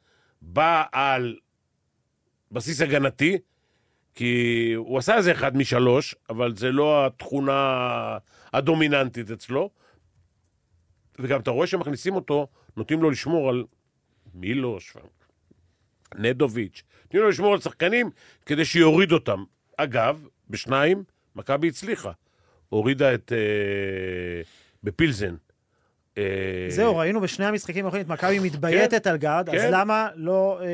B: בא על בסיס הגנתי, כי הוא עשה איזה אחד משלוש, אבל זה לא התכונה הדומיננטית אצלו. וגם אתה רואה שמכניסים אותו, נותנים לו לשמור על מילוש, נדוביץ', נותנים לו לשמור על שחקנים כדי שיוריד אותם. אגב, בשניים, מכבי הצליחה. הורידה את... אה, בפילזן. אה,
D: זהו, ראינו בשני המשחקים האחרונים את מכבי מתבייתת על גארד, אז
B: כן. אה,
D: למה לא אה,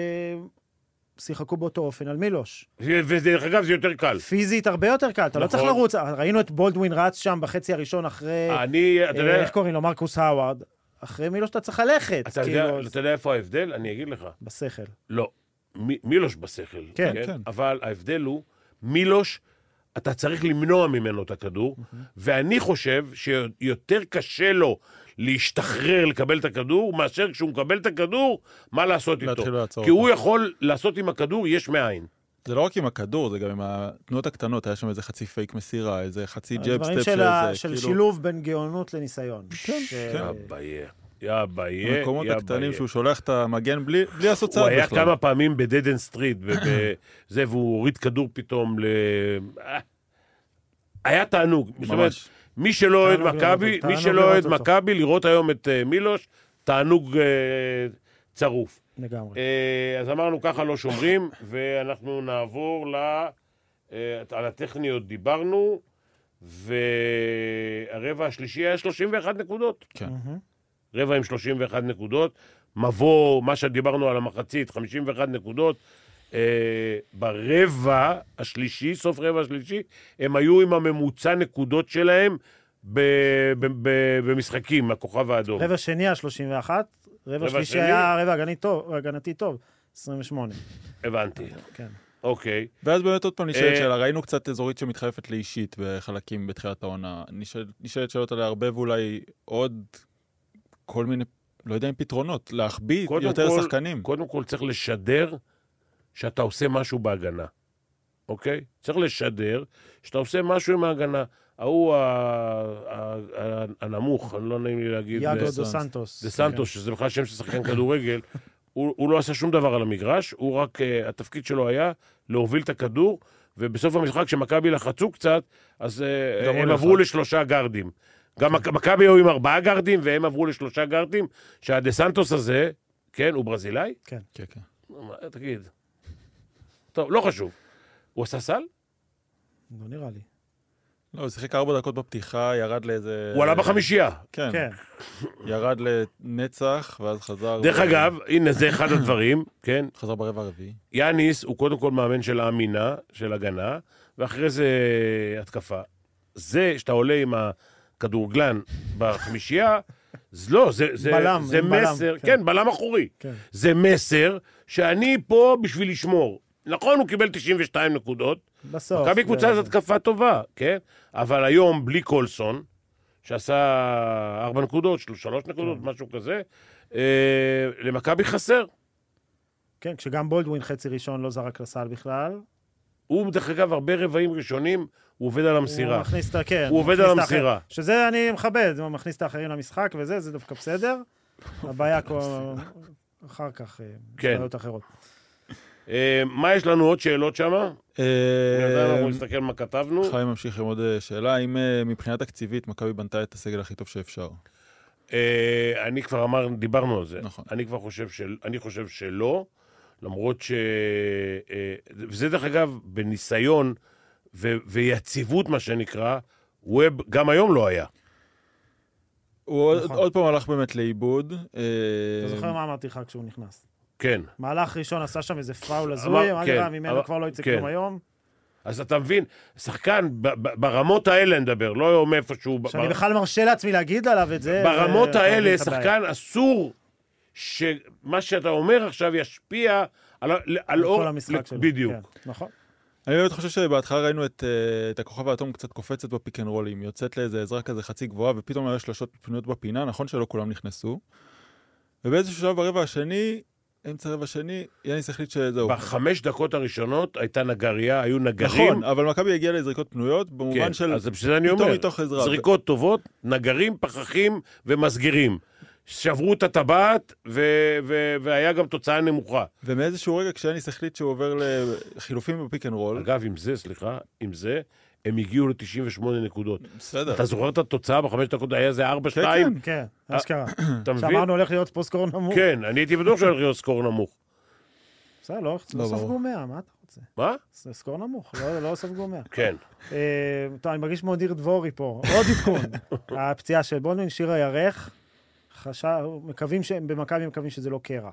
D: שיחקו באותו אופן על מילוש?
B: ודרך אגב, זה יותר קל.
D: פיזית הרבה יותר קל, אתה לא
B: נכון.
D: צריך לרוץ. ראינו את בולדווין רץ שם בחצי הראשון אחרי,
B: אני, אתה
D: אה,
B: יודע,
D: איך קוראים לו, מרקוס האווארד. אחרי מילוש אתה צריך ללכת,
B: אתה
D: כאילו,
B: יודע- אתה יודע איפה ההבדל? אני אגיד לך.
D: בשכל.
B: לא, מ- מילוש בשכל.
D: כן,
C: כן.
B: אבל ההבדל הוא, מילוש, אתה צריך למנוע ממנו את הכדור, ואני חושב שיותר קשה לו להשתחרר, לקבל את הכדור, מאשר כשהוא מקבל את הכדור, מה לעשות איתו.
C: להתחיל לעצור
B: כי הוא
C: אותו.
B: יכול לעשות עם הכדור יש מאין.
C: זה לא רק עם הכדור, זה גם עם התנועות הקטנות, היה שם איזה חצי פייק מסירה, איזה
B: אה,
C: חצי ג'אב
D: הדברים
C: סטפ
D: של ה- של
C: כאילו,
D: שילוב בין גאונות לניסיון. ש-
C: כן.
B: יא ביה, יא ביה, יא
C: המקומות הקטנים
B: ביה.
C: שהוא שולח את המגן בלי בלי לעשות צעד
B: הוא היה
C: בכלל.
B: כמה פעמים בדדן סטריט, זה, והוא הוריד כדור פתאום ל... אה, היה תענוג. זאת אומרת,
C: ממש.
B: מי שלא אוהד
D: תענוג
B: מכבי,
D: לראות אותו,
B: מי
D: תענוג
B: שלא אוהד
D: לראות אותו.
B: מכבי, לראות היום את אה, מילוש, תענוג אה, צרוף.
D: לגמרי.
B: אה, אז אמרנו, ככה לא שומרים, [laughs] ואנחנו נעבור ל... אה, על הטכניות דיברנו, והרבע השלישי היה 31 נקודות.
C: כן.
D: מהמם.
B: רבע עם 31 נקודות, מבוא, מה שדיברנו על המחצית, 51 נקודות. אה, ברבע השלישי, סוף רבע השלישי, הם היו עם הממוצע נקודות שלהם ב- ב- ב- במשחקים, הכוכב האדום.
D: רבע שני היה 31, רבע
B: רבע
D: שלישי
B: שני?
D: היה רבע הגני טוב- הגנתי טוב, 28.
B: הבנתי.
D: כן.
B: אוקיי.
C: ואז באמת עוד פעם נשאלת
B: אה,
C: שאלה, ראינו קצת אזורית שמתחלפת לאישית בחלקים בתחילת העונה. נשאל- נשאלת שאלות עליה הרבה ואולי עוד כל מיני, לא יודע אם פתרונות, להחביא
B: קודם
C: יותר
B: כל-
C: שחקנים.
B: קודם כל צריך לשדר שאתה עושה משהו בהגנה, אוקיי? צריך לשדר שאתה עושה משהו עם ההגנה. ההוא ה- ה- ה- הנמוך, אני לא נעים לי להגיד...
D: יאגו
B: אה,
D: דו סנטוס.
B: דה
C: כן.
B: סנטוס, שזה בכלל שם של שחקן כדורגל, הוא, הוא לא עשה שום דבר על המגרש, הוא רק, uh, התפקיד שלו היה להוביל את הכדור, ובסוף המשחק, כשמכבי לחצו קצת, אז uh,
C: גם הוא לא
B: הם
C: לחץ.
B: עברו לשלושה גארדים. גם מכ- מכבי היו עם ארבעה גארדים, והם עברו לשלושה גארדים, שהדה סנטוס הזה, כן, הוא ברזילאי?
C: כן, כן.
B: מה, תגיד. טוב, לא חשוב. הוא עשה סל?
D: לא נראה לי.
C: לא, הוא שיחק ארבע דקות בפתיחה, ירד לאיזה...
B: הוא עלה בחמישייה.
C: כן,
D: כן.
C: ירד לנצח, ואז חזר...
B: דרך
C: ב-
B: אגב, הנה, זה אחד הדברים, כן?
C: חזר ברבע הרביעי.
B: יאניס הוא קודם כל מאמן של האמינה, של הגנה, ואחרי זה אה, התקפה. זה שאתה עולה עם הכדורגלן בחמישייה, זה לא, זה, זה,
D: בלם,
B: זה
D: עם בלם,
B: מסר,
D: כן.
B: כן, בלם אחורי.
D: כן.
B: זה מסר שאני פה בשביל לשמור. נכון, הוא קיבל 92 נקודות,
D: בסוף.
B: מכבי קבוצה
D: זה-
B: זאת התקפה טובה, כן? אבל היום, בלי קולסון, שעשה ארבע נקודות, של- שלוש נקודות, משהו כזה, אה, למכבי חסר.
D: כן, כשגם בולדווין חצי ראשון לא זרק לסל בכלל.
B: הוא, דרך אגב, הרבה רבעים ראשונים, הוא עובד על
D: הוא
B: המסירה.
D: מכניס את ה... כן.
B: הוא עובד
D: מכניס
B: על
D: את
B: המסירה.
D: האחר- שזה אני מכבד, הוא מכניס את האחרים למשחק וזה, זה דווקא
B: [laughs]
D: בסדר. הבעיה כל... אחר כך, אה,
B: כן.
D: בעיות אחרות.
B: אה, מה יש לנו עוד שאלות שם?
C: אה,
D: לא
B: אנחנו נסתכל לא מה כתבנו.
C: חיים ממשיך עם עוד אה, שאלה, האם אה, מבחינה תקציבית מכבי בנתה את הסגל הכי טוב שאפשר?
B: אה, אני כבר אמר, דיברנו על זה.
C: נכון.
B: אני כבר חושב, של, אני חושב שלא, למרות ש... אה, וזה דרך אגב, בניסיון ו, ויציבות, מה שנקרא, ווב גם היום לא היה.
C: הוא עוד-
D: נכון.
C: עוד פעם הלך באמת לאיבוד. אה,
B: אה,
D: אתה זוכר מה אמרתי לך כשהוא נכנס?
B: כן.
D: מהלך ראשון עשה שם איזה פאול
B: אמר-
D: הזוי, מה
B: כן,
D: נראה, ממנו
B: אמר-
D: כבר לא יצא
B: כן.
D: כלום היום.
B: אז אתה מבין, שחקן ב, ב, ברמות האלה נדבר, לא מאיפשהו... ב-
D: שאני
B: ב-
D: בכלל מרשה לעצמי להגיד עליו את זה.
B: ברמות
D: זה-
B: האלה,
D: זה אה, הבעיה.
B: שחקן אסור שמה שאתה אומר עכשיו ישפיע על, ה- על, על אור...
D: כל המשחק שלו.
B: לא- בדיוק.
D: כן, נכון.
C: אני באמת חושב שבהתחלה ראינו את, אה, את הכוכב האטום קצת קופצת בפיק אנד רולים, יוצאת לאיזה עזרה כזה חצי גבוהה, ופתאום היו שלושות פנויות בפינה, נכון שלא כולם נכנסו. ובאיזשהו שלב ברבע השני, אמצע רבע שני, יאניס החליט
D: כן.
C: שזהו.
B: בחמש דקות הראשונות הייתה נגרייה, היו נגרים.
C: נכון, אבל מכבי הגיעה לזריקות פנויות, במובן
B: כן,
C: של...
B: אז זה בשביל זה אני
C: פתאום
B: אומר.
C: מתוך עזרה.
B: זריקות טובות, נגרים, פחחים ומסגרים. שברו את הטבעת, ו- ו- והיה גם תוצאה נמוכה.
C: ומאיזשהו רגע כשאניס החליט שהוא עובר לחילופים בפיק אנד רול,
B: אגב, עם זה, סליחה, עם זה, הם הגיעו ל-98 נקודות.
C: בסדר.
B: אתה זוכר את התוצאה בחמש דקות? היה זה 4-2,
C: כן, כן.
D: כן, אשכרה.
B: אה, אתה מבין?
D: שאמרנו הולך להיות פה סקור נמוך.
B: כן, אני הייתי בטוח שהולך להיות סקור נמוך.
D: בסדר, לא לא
C: ברור.
D: ספגו 100, מה אתה רוצה?
B: מה?
D: זה סקור נמוך, לא- לא ספגו 100.
B: כן.
D: אה, טוב, אני מרגיש כמו ניר דבורי פה. עוד עדכון.
B: [laughs]
D: הפציעה של בולדווין, שיר הירך. חשב, מקווים שהם במכבי מקווים שזה לא קרע.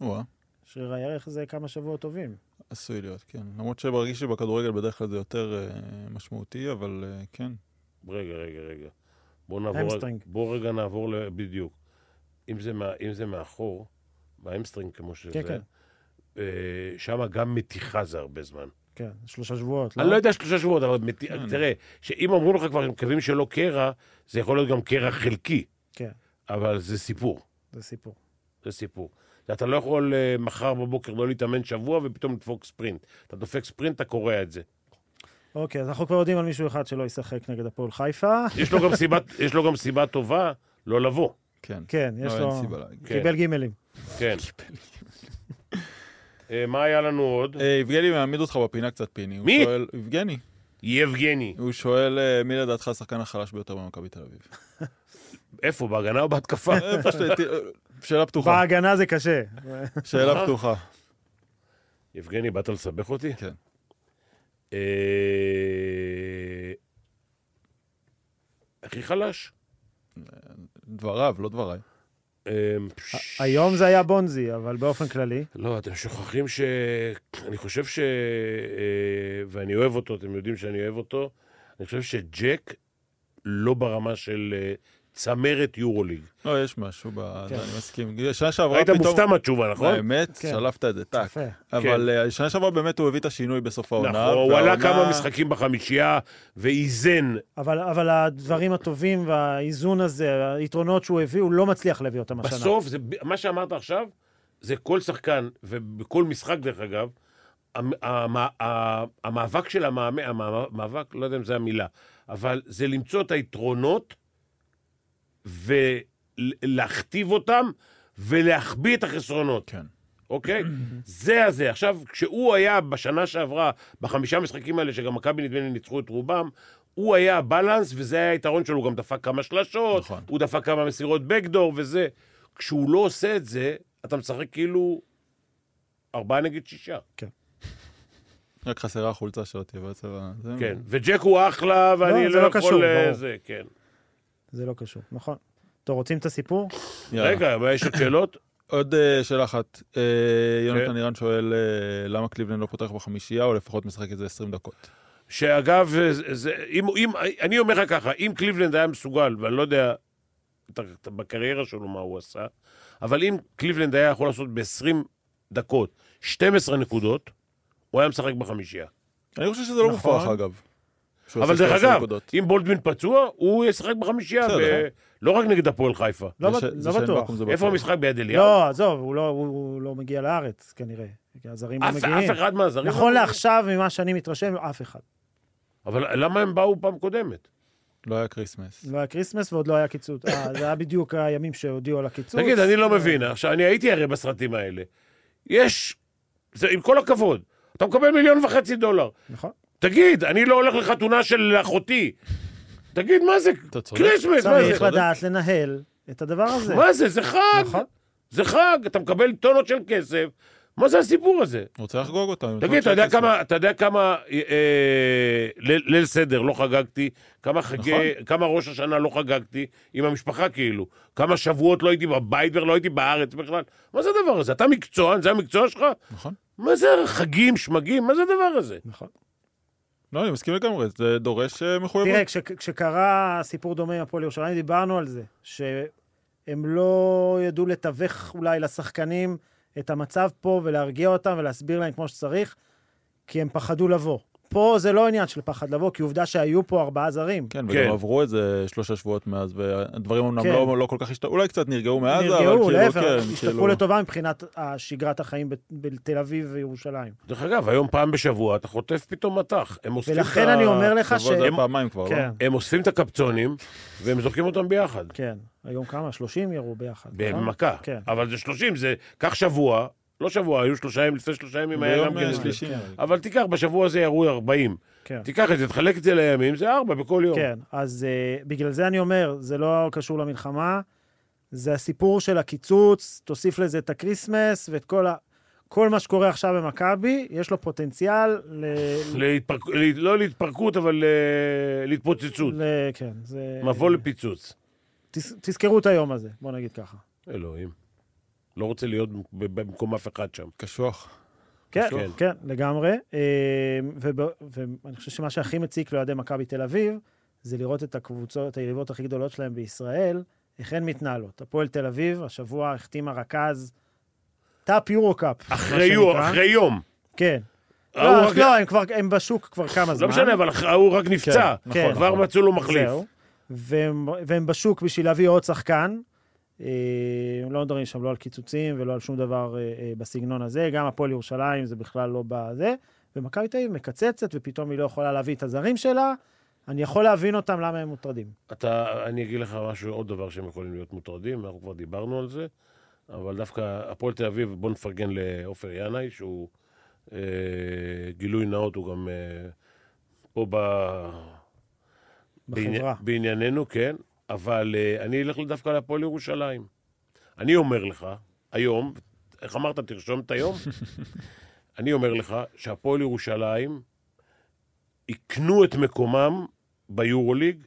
C: וואה,
D: שריר הירך זה כמה שבועות טובים.
C: עשוי להיות, כן. למרות שמרגיש שבכדורגל בדרך כלל זה יותר אה, משמעותי, אבל אה, כן.
B: רגע, רגע, רגע. בואו נעבור...
D: המסטרינג.
B: בואו רגע נעבור ל... בדיוק. אם זה, מה, אם זה מאחור, בהמסטרינג כמו שזה,
D: כן.
B: אה, שם גם מתיחה זה הרבה זמן.
D: כן, שלושה שבועות.
B: אני לא יודע שלושה שבועות, אבל
D: לא,
B: מתיחה,
C: כן.
B: תראה, שאם אמרו לך כבר, הם מקווים שלא קרע, זה יכול להיות גם קרע חלקי,
D: כן,
B: אבל זה סיפור.
D: זה סיפור.
B: זה סיפור. אתה לא יכול אה, מחר בבוקר לא להתאמן שבוע ופתאום לדפוק ספרינט. אתה דופק ספרינט, אתה קורע את זה.
D: אוקיי, אז אנחנו כבר יודעים על מישהו אחד שלא ישחק נגד הפועל חיפה.
B: יש לו גם סיבה, יש לו גם סיבה טובה לא לבוא.
C: כן.
D: כן, יש
C: לא,
D: לו...
C: אין סיבה להגיד.
B: כן.
D: קיבל גימלים.
B: כן. אה, מה היה לנו עוד?
C: אה, יבגני מעמיד אותך בפינה קצת פיני. הוא
B: מי?
C: שואל- יבגני.
B: יבגני.
C: הוא שואל אה, מי לדעתך השחקן החלש ביותר במכבי תל אביב.
B: איפה, בהגנה או בהתקפה?
C: אה, פשוט, אה, שאלה
B: נכון.
C: פתוחה.
D: בהגנה זה
B: [laughs]
D: קשה.
C: שאלה פתוחה.
B: יבגני, באת לסבך אותי?
C: כן.
B: אה, הכי חלש?
C: דבריו, לא דבריי.
B: אה, פש-
D: היום זה היה בונזי, אבל באופן כללי.
B: לא, אתם שוכחים ש... אני חושב ש... אה, ואני אוהב אותו, אתם יודעים שאני אוהב אותו. אני חושב שג'ק לא ברמה של אה, צמרת יורוליג.
C: לא, יש משהו ב...
D: כן.
C: אני מסכים. שנה שעברה
B: היית
C: פתאום... אה,
B: מופתע מהתשובה, נכון? כן.
C: האמת,
D: כן.
C: שלפת את זה, טאק.
D: יפה.
C: אבל אה, שנה שעברה באמת הוא הביא את השינוי בסוף העונה.
B: נכון, הוא עלה
C: והעונה-
B: כמה משחקים בחמישייה ואיזן.
D: אבל, אבל הדברים הטובים והאיזון הזה, היתרונות שהוא הביא, הוא לא מצליח להביא אותם השנה.
B: בסוף, זה, ב- מה שאמרת עכשיו, זה כל שחקן, ובכל משחק דרך אגב, המ- המ- ה- המאבק של המאמן, המאבק, לא יודע אם זו המילה, אבל זה למצוא את היתרונות ולהכתיב אותם ולהחביא את החסרונות.
C: כן.
B: אוקיי? זה הזה. עכשיו, כשהוא היה בשנה שעברה, בחמישה משחקים האלה, שגם מכבי נדמה לי ניצחו את רובם, הוא היה הבלנס, וזה היה היתרון שלו, הוא גם דפק כמה שלשות,
C: נכון.
B: הוא דפק כמה מסירות בקדור וזה. כשהוא לא עושה את זה, אתה משחק כאילו ארבעה נגד שישה.
C: רק חסרה החולצה שלו תהיה בצבע. זה-
B: כן. וג'ק הוא אחלה, ואני
D: זה
B: לא
D: לא
B: יכול...
D: קשור,
B: אה,
D: ברור.
B: זה, כן.
D: זה לא קשור, נכון. אתם רוצים את הסיפור?
C: יאללה.
B: רגע, אבל יש עוד שאלות?
C: עוד אה, שאלה אחת. אה, יונתן
B: כן.
C: אירן שואל אה, למה קליבלן לא פותח בחמישייה, או לפחות משחק את זה 20 דקות.
B: שאגב, אה, זה- זה, אם, אם, אני אומר לך ככה, אם קליבלנד היה מסוגל, ואני לא יודע את ה- את ה- בקריירה שלו מה הוא עשה, אבל אם קליבלנד היה יכול לעשות ב-20 דקות 12 נקודות, הוא היה משחק בחמישייה.
C: אני חושב שזה לא
D: נכון.
C: מופרך, אגב. שהוא
B: אבל
C: עושה
B: דרך
C: 12
B: אגב,
C: נקודות.
B: אם בולדווין פצוע, הוא ישחק בחמישייה,
C: בסדר.
B: ב- לא רק נגד הפועל חיפה.
D: לא
C: זה
D: בט-
C: ש- זה
D: לא
C: שאין
D: בטוח.
C: ואקום זה
B: איפה
C: בטוח.
B: המשחק ביד אליהו?
D: לא, עזוב, הוא לא- הוא הוא לא מגיע לארץ, כנראה. כי הזרים לא
B: אף
D: מגיעים.
B: אף אחד מהזרים.
D: נכון
B: לא-
D: לעכשיו, ממה שאני מתרשם, אף אחד.
B: אבל למה הם באו פעם קודמת?
C: לא היה כריסמס.
D: לא היה כריסמס ועוד לא היה קיצוץ. אה, זה היה בדיוק הימים שהודיעו על הקיצוץ.
B: תגיד, אני לא מבין. עכשיו, אני הייתי הרי בסרטים האלה. יש, זה, עם כל הכבוד, אתה מקבל מיליון וחצי דולר.
D: נכון.
B: תגיד, אני לא הולך לחתונה של אחותי. תגיד, מה זה?
C: אתה לא צודק.
B: קריסמס, מה
D: צריך
B: זה?
C: צודק.
D: לדעת לנהל את הדבר הזה.
B: מה זה? זה חג.
D: נכון.
B: זה חג, אתה מקבל טונות של כסף. מה זה הסיפור הזה?
C: רוצה לחגוג אותם. עם
B: תגיד, אתה יודע
C: כריסמס.
B: כמה, אתה יודע כמה, אה, אה, ליל ליל סדר לא חגגתי, כמה חגי,
C: נכון.
B: כמה ראש השנה לא חגגתי, עם המשפחה כאילו, כמה שבועות לא הייתי בבית ולא הייתי בארץ בכלל, מה זה הדבר הזה? אתה מקצוען, זה המקצוע שלך?
C: נכון.
B: מה זה חגים, שמגים, מה זה הדבר הזה?
D: נכון.
C: לא, אני מסכים לגמרי, זה דורש אה, מחויבות.
D: תראה, כש- כשקרה סיפור דומה עם הפועל ירושלים, דיברנו על זה, שהם לא ידעו לתווך אולי לשחקנים את המצב פה ולהרגיע אותם ולהסביר להם כמו שצריך, כי הם פחדו לבוא. פה זה לא עניין של פחד לבוא, כי עובדה שהיו פה ארבעה זרים.
C: כן,
B: כן.
C: וגם עברו את זה שלושה שבועות מאז, והדברים אמנם
D: כן.
C: לא, לא כל כך השתנו, אולי קצת נרגעו מאז, אבל
D: נרגעו,
C: כאילו,
D: להפך,
C: כן,
D: השתפרו לטובה מבחינת השגרת החיים בת- בתל אביב וירושלים.
B: דרך אגב, היום פעם בשבוע אתה חוטף פתאום מטח. הם אוספים, את
D: ולכן
B: ה-
D: אני אומר לך ש...
C: שבוע זה היה
B: הם-
C: פעמיים כבר, לא?
D: כן,
B: הם אוספים את הקפצונים, והם זורקים אותם ביחד.
D: כן. היום כמה? 30 ירו ביחד. נכון?
B: במכה.
D: כן.
B: אבל זה 30, זה, קח שבוע, לא שבוע, היו שלושה ימים, לפני שלושה ימים היה גם
C: ביום
B: כן...
C: אה,
B: זה.
C: שלישי.
B: אבל תיקח, בשבוע הזה ירו 40.
D: כן.
B: תיקח את זה, תחלק את זה לימים, זה ארבע בכל יום.
D: כן, אז uh, בגלל זה אני אומר, זה לא קשור למלחמה, זה הסיפור של הקיצוץ, תוסיף לזה את הקריסמס ואת כל ה... כל מה שקורה עכשיו במכבי, יש לו פוטנציאל ל...
B: [laughs] להתפרק... ל- לא להתפרקות, אבל אה, להתפוצצות.
D: ל... כן, זה...
B: מבוא לפיצוץ.
D: תס... תזכרו את היום הזה, בוא נגיד ככה.
B: אלוהים. לא רוצה להיות ב- במקום אף אחד שם.
C: קשוח.
D: כן,
B: כן.
D: כן, כן, לגמרי. אה, וב- ואני חושב שמה שהכי מציק לאוהדי מכבי תל אביב, זה לראות את הקבוצות, היריבות הכי גדולות שלהם בישראל, איך הן מתנהלות. הפועל תל אביב, השבוע החתימה רכז טאפ יורו קאפ. מה
B: אחרי יום,
D: שנקרא.
B: אחרי יום.
D: כן.
B: ההוא
D: לא,
B: רק-
D: לא, הם כבר, הם בשוק כבר כמה זמן.
B: לא משנה, אבל אח- ההוא רק נפצע.
C: כן,
D: כן.
C: נכון,
B: כבר
C: נכון.
B: מצאו לו מחליף.
D: זהו. והם, והם בשוק בשביל להביא עוד שחקן. אה, הם לא מדברים שם לא על קיצוצים ולא על שום דבר אה, אה, בסגנון הזה. גם הפועל ירושלים זה בכלל לא בזה. ומכבי תל אביב מקצצת, ופתאום היא לא יכולה להביא את הזרים שלה. אני יכול להבין אותם למה הם מוטרדים.
B: אתה, אני אגיד לך משהו, עוד דבר שהם יכולים להיות מוטרדים, אנחנו כבר דיברנו על זה, אבל דווקא הפועל תל אביב, בוא נפרגן לעופר ינאי, שהוא אה, גילוי נאות, הוא גם אה, פה ב... בעני-
D: בחברה.
B: בענייננו, כן, אבל אה, אני אלך דווקא להפועל ירושלים. אני אומר לך, היום, איך אמרת, תרשום את
D: [laughs]
B: היום? אני אומר לך שהפועל ירושלים יקנו את מקומם ביורוליג,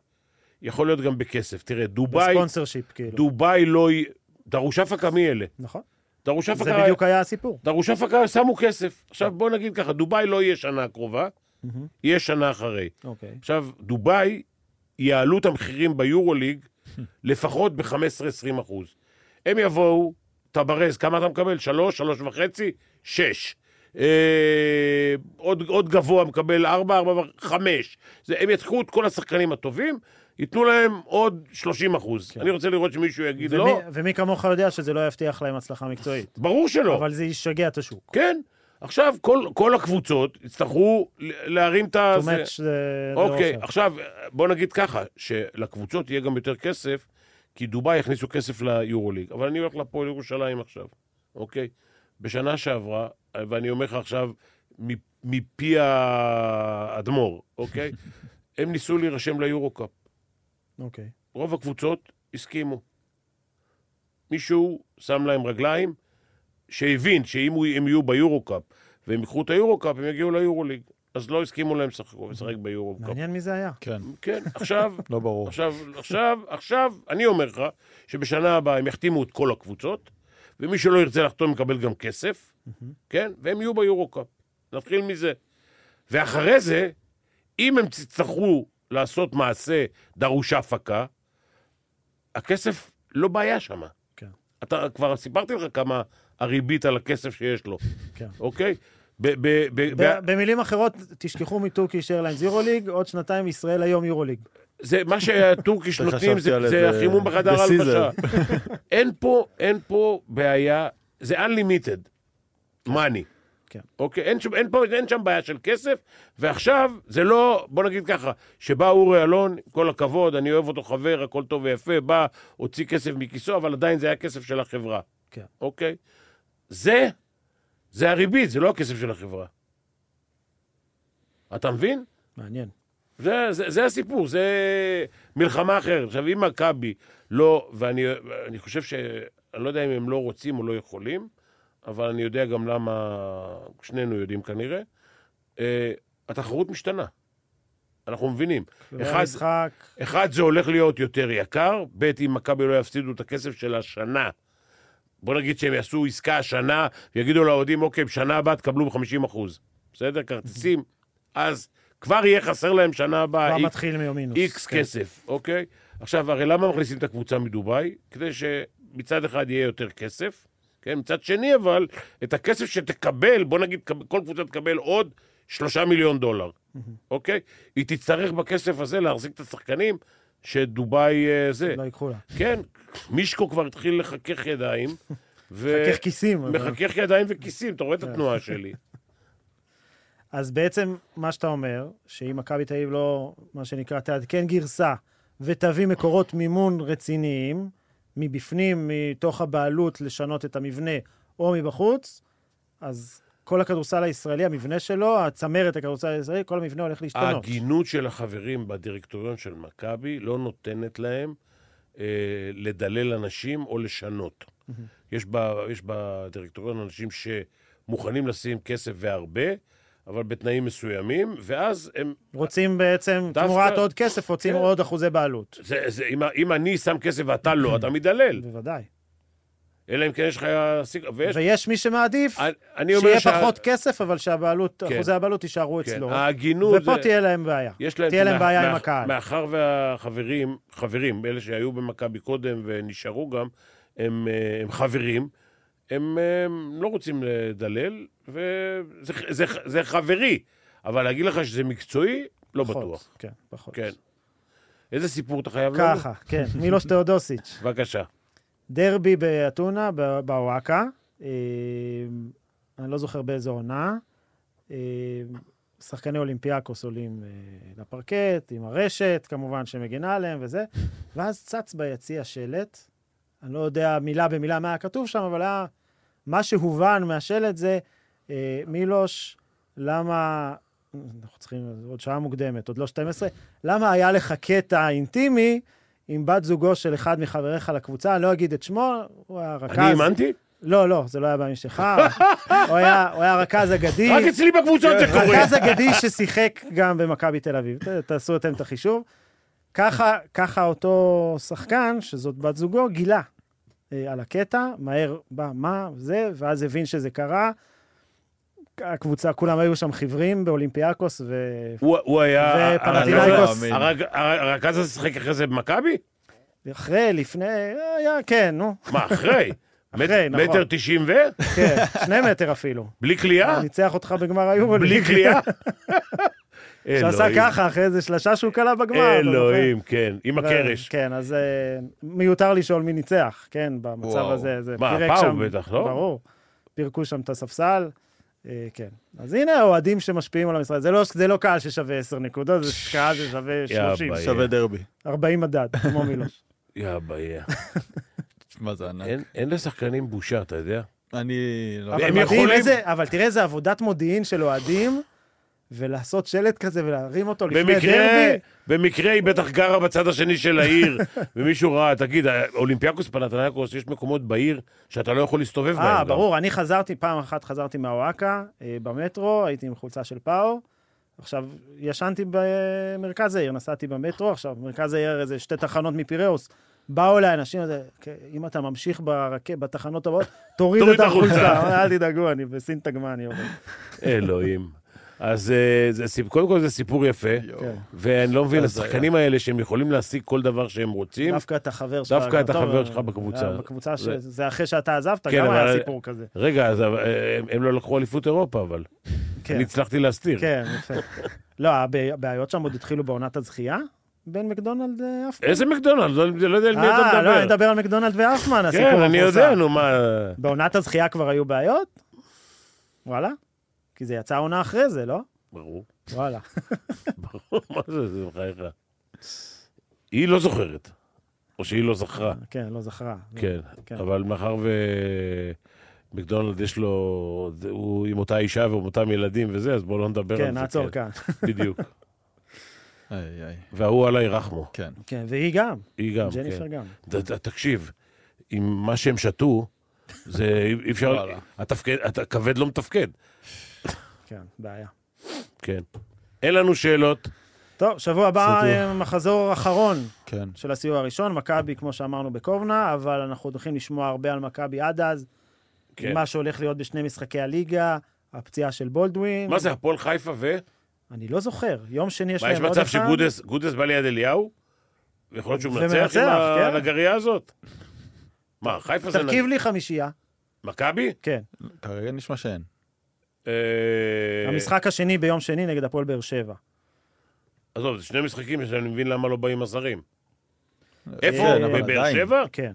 B: יכול להיות גם בכסף. תראה, דובאי,
D: בספונסר שיפ, כאילו.
B: דובאי לא... י- דרושפקה מי אלה?
D: נכון?
B: דרושפקה...
D: זה בדיוק היה הסיפור.
B: דרושפקה שמו כסף. עכשיו בוא נגיד ככה, דובאי לא יהיה שנה הקרובה,
D: מהמם.
B: יהיה שנה אחרי.
D: אוקיי.
B: עכשיו, דובאי יעלו את המחירים ביורוליג לפחות ב-15-20 אחוז. הם יבואו, טברז, כמה אתה מקבל? שלוש, שלוש וחצי? שש. אה, עוד, עוד גבוה מקבל ארבע, ארבע וחמש. זה, הם יתחו את כל השחקנים הטובים, ייתנו להם עוד 30 אחוז. כן. אני רוצה לראות שמישהו יגיד
D: ומי,
B: לא.
D: ומי כמוך יודע שזה לא יבטיח להם הצלחה מקצועית.
B: ברור שלא.
D: אבל זה ישגע את השוק.
B: כן. עכשיו, כל, כל הקבוצות יצטרכו ל- להרים את ה...
D: To
B: זה-
D: match the- the
B: אוקיי,
D: offer.
B: עכשיו, בוא נגיד ככה, שלקבוצות יהיה גם יותר כסף, כי דובאי הכניסו כסף ליורוליג. אבל אני הולך לפועל ירושלים עכשיו, אוקיי? בשנה שעברה, ואני אומר לך עכשיו, מ- מפי האדמו"ר, אוקיי? הם ניסו להירשם ליורו-קאפ.
D: אוקיי.
B: רוב הקבוצות הסכימו. מישהו שם להם רגליים, שהבין שאם הוא- הם יהיו ביורו-קאפ והם ייקחו את היורו-קאפ, הם יגיעו ליורו-ליג. אז לא הסכימו להם לשחק- לשחק ביורו-קאפ.
D: מעניין מי זה היה.
C: כן,
B: כן, עכשיו,
C: לא ברור.
B: עכשיו, עכשיו, עכשיו, אני אומר לך שבשנה הבאה הם יחתימו את כל הקבוצות, ומי שלא ירצה לחתום יקבל גם כסף, כן? והם יהיו ביורו-קאפ. נתחיל מזה. ואחרי זה, אם הם יצטרכו לעשות מעשה דרוש הפקה, הכסף לא בעיה שם.
D: כן.
B: אתה, כבר סיפרתי לך כמה הריבית על הכסף שיש לו,
D: כן.
B: אוקיי? ב- ב- ב- ב-
D: ב- במילים אחרות, תשכחו מטורקי שאירליינס יורוליג, עוד שנתיים ישראל היום יורוליג.
B: זה מה שהטורקיש נותנים,
C: חשבתי על
B: זה, זה
C: איזה-
B: החימום בחדר
C: בסיזר. [laughs]
B: ההלבשה. אין פה, אין פה בעיה, זה unlimited money.
D: כן.
B: אוקיי, אין, שם- אין, פה, אין שם בעיה של כסף, ועכשיו זה לא, בוא נגיד ככה, שבא אורי אלון, כל הכבוד, אני אוהב אותו חבר, הכל טוב ויפה, בא, הוציא כסף מכיסו, אבל עדיין זה היה כסף של החברה.
D: כן.
B: אוקיי? זה, זה הריבית, זה לא הכסף של החברה. אתה מבין?
D: מעניין.
B: זה, זה, זה הסיפור, זה מלחמה אחרת. עכשיו, אם מכבי לא, ואני אני חושב ש... אני לא יודע אם הם לא רוצים או לא יכולים, אבל אני יודע גם למה, שנינו יודעים כנראה, אה, התחרות משתנה. אנחנו מבינים.
D: אחד... משחק,
B: אחד, זה הולך להיות יותר יקר, ב', אם מכבי לא יפסידו את הכסף של השנה. בוא נגיד שהם יעשו עסקה השנה, ויגידו לאוהדים, אוקיי, בשנה הבאה תקבלו ב-50 אחוז. בסדר? כרטיסים. אז כבר יהיה חסר להם שנה הבאה
D: כבר
B: איקס-
D: מתחיל מיומינוס. כן,
B: איקס כסף, אוקיי? עכשיו, הרי למה מכניסים את הקבוצה מדובאי? כדי שמצד אחד יהיה יותר כסף, כן? מצד שני, אבל, את הכסף שתקבל, בוא נגיד, כל קבוצה תקבל עוד שלושה מיליון דולר, אוקיי? היא תצטרך בכסף הזה להחזיק את השחקנים שדובאי אה, זה.
D: לא ייקחו לה.
B: כן, מישקו כבר התחיל לחכך
D: [laughs]
B: ידיים. ו-
D: חכך כיסים. אבל- כן.
B: מחכך ידיים וכיסים, אתה רואה את התנועה שלי.
D: אז בעצם מה שאתה אומר, שאם מכבי תל אביב לא, מה שנקרא, תעדכן גרסה ותביא מקורות מימון רציניים, מבפנים, מתוך הבעלות, לשנות את המבנה, או מבחוץ, אז כל הכדורסל הישראלי, המבנה שלו, הצמרת הכדורסל הישראלי, כל המבנה הולך להשתנות.
B: ההגינות של החברים בדירקטוריון של מכבי לא נותנת להם אה, לדלל אנשים או לשנות. יש, ב, יש בדירקטוריון אנשים שמוכנים לשים כסף והרבה, אבל בתנאים מסוימים, ואז הם...
D: רוצים בעצם,
B: דווקא-
D: תמורת עוד כסף, רוצים
B: כן.
D: עוד אחוזי בעלות.
B: זה, זה, אם, אם אני שם כסף ואתה לא, אתה
D: [coughs]
B: מדלל.
D: בוודאי.
B: אלא אם כן יש לך... סיג- ויש...
D: ויש מי שמעדיף
B: אני- אני אומר
D: שיהיה
B: שה-
D: פחות כסף, אבל שהבעלות,
B: כן.
D: אחוזי הבעלות יישארו
B: כן,
D: אצלו.
B: ההגינות...
D: ופה
B: זה-
D: תהיה להם בעיה.
B: יש להם,
D: תהיה להם
B: מאח-
D: בעיה עם
B: מאח-
D: הקהל.
B: מאחר והחברים, חברים, אלה שהיו במכבי קודם ונשארו גם, הם, אה, הם חברים, הם, אה, הם לא רוצים לדלל, וזה זה, זה חברי, אבל להגיד לך שזה מקצועי, לא
D: פחות,
B: בטוח.
D: כן, פחות.
B: כן. איזה סיפור אתה חייב לנו?
D: ככה, כן, מילוש תאודוסיץ'.
B: בבקשה.
D: דרבי באתונה, ב- בוואקה. אה, אני לא זוכר באיזו עונה. אה, שחקני אולימפיאקוס עולים אה, לפרקט, עם הרשת, כמובן, שמגינה עליהם וזה. ואז צץ ביציע שלט, אני לא יודע מילה במילה מה היה כתוב שם, אבל היה... מה שהובן מהשלט זה, אה, מילוש, למה... אנחנו צריכים עוד שעה מוקדמת, עוד לא 12. למה היה לך קטע אינטימי עם בת זוגו של אחד מחבריך לקבוצה, אני לא אגיד את שמו, הוא היה רכז...
B: אני האמנתי?
D: לא, לא, זה לא היה בעיה שלך. הוא היה- הוא היה רכז אגדי.
B: רק אצלי בקבוצות זה קורה.
D: רכז אגדי ששיחק גם במכבי תל אביב. ת- תעשו אתם את החישוב. ככה, ככה אותו שחקן, שזאת בת זוגו, גילה אה, על הקטע, מהר בא מה זה, ואז הבין שזה קרה. הקבוצה, כולם היו שם חיוורים באולימפיאקוס,
B: הוא, הוא היה...
D: ופנתינייקוס.
B: הרכז- הרג- הרכז הזה שיחק אחרי זה במכבי?
D: ואחרי, לפני, היה, כן, נו,
B: מה, אחרי?
D: אחרי,
B: מט-
D: נכון.
B: מטר תשעים ו?
D: כן, שני
B: [laughs]
D: מטר אפילו.
B: בלי קליעה?
D: ניצח אותך בגמר היורו.
B: בלי קליעה? [laughs]
D: שעשה
B: אלוהים.
D: ככה, אחרי איזה שלשה שהוא כלה בגמר. אתה זוכר?
B: אלוהים, כן, עם הקרש.
D: כן, אז אה, מיותר לשאול מי ניצח, כן, במצב
C: וואו.
D: הזה. זה
B: מה,
D: פירק
B: הפאו
D: שם-
B: בטח, לא?
D: ברור. פירקו שם את הספסל, אה, כן. אז הנה האוהדים שמשפיעים על המשרד. זה לא- זה לא קהל ששווה 10 נקודות, זה קהל
B: [laughs]
D: ששווה 30,
B: ביי.
C: שווה דרבי.
D: 40 מדד,
B: [laughs]
D: כמו מילוש.
B: יא ביי.
C: מה זה ענק?
B: אין לשחקנים בושה, אתה יודע?
C: אני לא
D: אבל
B: והם
D: מדהים,
B: יכולים-
D: איזה- אבל תראה איזה עבודת מודיעין של אוהדים, ולעשות שלט כזה ולהרים אותו [laughs] לפני
B: במקרה,
D: דרבי.
B: במקרה היא בטח גרה בצד השני של העיר, [laughs] ומישהו ראה, תגיד, אולימפיאקוס פנתנייקוס, יש מקומות בעיר שאתה לא יכול להסתובב בהם.
D: אה,
B: גם.
D: ברור, אני חזרתי, פעם אחת חזרתי מהוואקה, אה, במטרו, הייתי עם חולצה של פאו. עכשיו, ישנתי במרכז העיר, נסעתי במטרו, עכשיו, מרכז העיר איזה שתי תחנות מפיראוס. באו אליי אנשים, זה, "כן, אם אתה ממשיך ברק...
B: [laughs]
D: בתחנות הבאות, תוריד
B: תוריד
D: את
B: את החולצה."
D: החולצה. [laughs] אל תדאגו, אני בסינטגמה, אני עובד.
B: [laughs] אלוהים. אז אה, זה, סיפ- קודם כל זה סיפור יפה,
D: כן. אה,
B: ואני לא מבין,
C: אז זה
B: השחקנים האלה שהם יכולים להשיג כל דבר שהם רוצים,
D: דווקא את החבר שלך.
B: דווקא את
D: טוב,
B: החבר שלך בקבוצה.
D: אה, בקבוצה ש-
B: זה-
D: זה אחרי שאתה עזבת,
B: כן,
D: גם היה
B: אבל-
D: סיפור כזה.
B: רגע, אז אה, הם- הם לא לקחו אליפות אירופה, אבל.
D: כן.
B: אני הצלחתי להסתיר.
D: כן, יפה. לא, הבע- הבעיות שם עוד התחילו בעונת הזכייה? בין מקדונלד אה, אף
B: איזה מקדונלד? לא לא יודע על מי אתה
D: אה, לא, אני
B: מדבר.
D: מדבר על מקדונלד ואפמן, הסיפור
B: כן, אני יודע,
D: המפורסם.
B: נו, מה...
D: בעונת הזכייה כבר היו בעיות? וואלה. כי זה יצא עונה אחרי זה, לא?
B: ברור,
D: וואלה. [laughs]
B: ברור, מה זה, זה בחייך. היא לא זוכרת, או שהיא לא זכרה,
D: כן, לא זכרה.
B: כן.
D: כן.
B: אבל מאחר ומקדונלד יש לו... זה- הוא עם אותה אישה ועם אותם ילדים וזה, אז בואו לא נדבר על זה.
D: כן, נעצור כאן.
B: [laughs]
D: [laughs]
B: בדיוק.
C: איי, איי.
B: וההוא עליי רחמו,
C: כן.
D: כן, והיא גם,
B: היא גם,
D: ג'ניפר
B: כן.
D: גם.
B: ת- ת- תקשיב, עם מה שהם שתו, זה אי אי אפשר...
C: וואלה.
B: התפקד, הת- הכבד לא מתפקד.
D: כן, בעיה.
B: כן. אין לנו שאלות.
D: טוב, שבוע הבא,
C: בסדר.
D: אה, מחזור אחרון
C: כן.
D: של הסיבוב הראשון, מכבי, כמו שאמרנו, בקובנה, אבל אנחנו עוד הולכים לשמוע הרבה על מכבי עד אז,
B: כן.
D: מה שהולך להיות בשני משחקי הליגה, הפציעה של בולדווין.
B: מה זה, הפועל חיפה ו...
D: אני לא זוכר. יום שני כן. יש
B: מה, יש
D: להם עוד אחד.
B: מצב שגודס גודס בא ליד אליהו? ויכול להיות שהוא מנצח
D: ומנצח,
B: עם ה-
D: כן.
B: הנגרייה הזאת? מה, חיפה זה...
D: תרכיב
B: נג-
D: לי חמישייה.
B: מכבי?
D: כן.
C: כרגע נשמע שאין.
B: אה,
D: המשחק השני ביום שני נגד הפועל באר שבע.
B: עזוב, זה שני משחקים שאני מבין למה לא באים הזרים.
D: אה,
B: איפה?
C: כן, אבל
B: בבאר
C: עדיין.
B: שבע?
D: כן,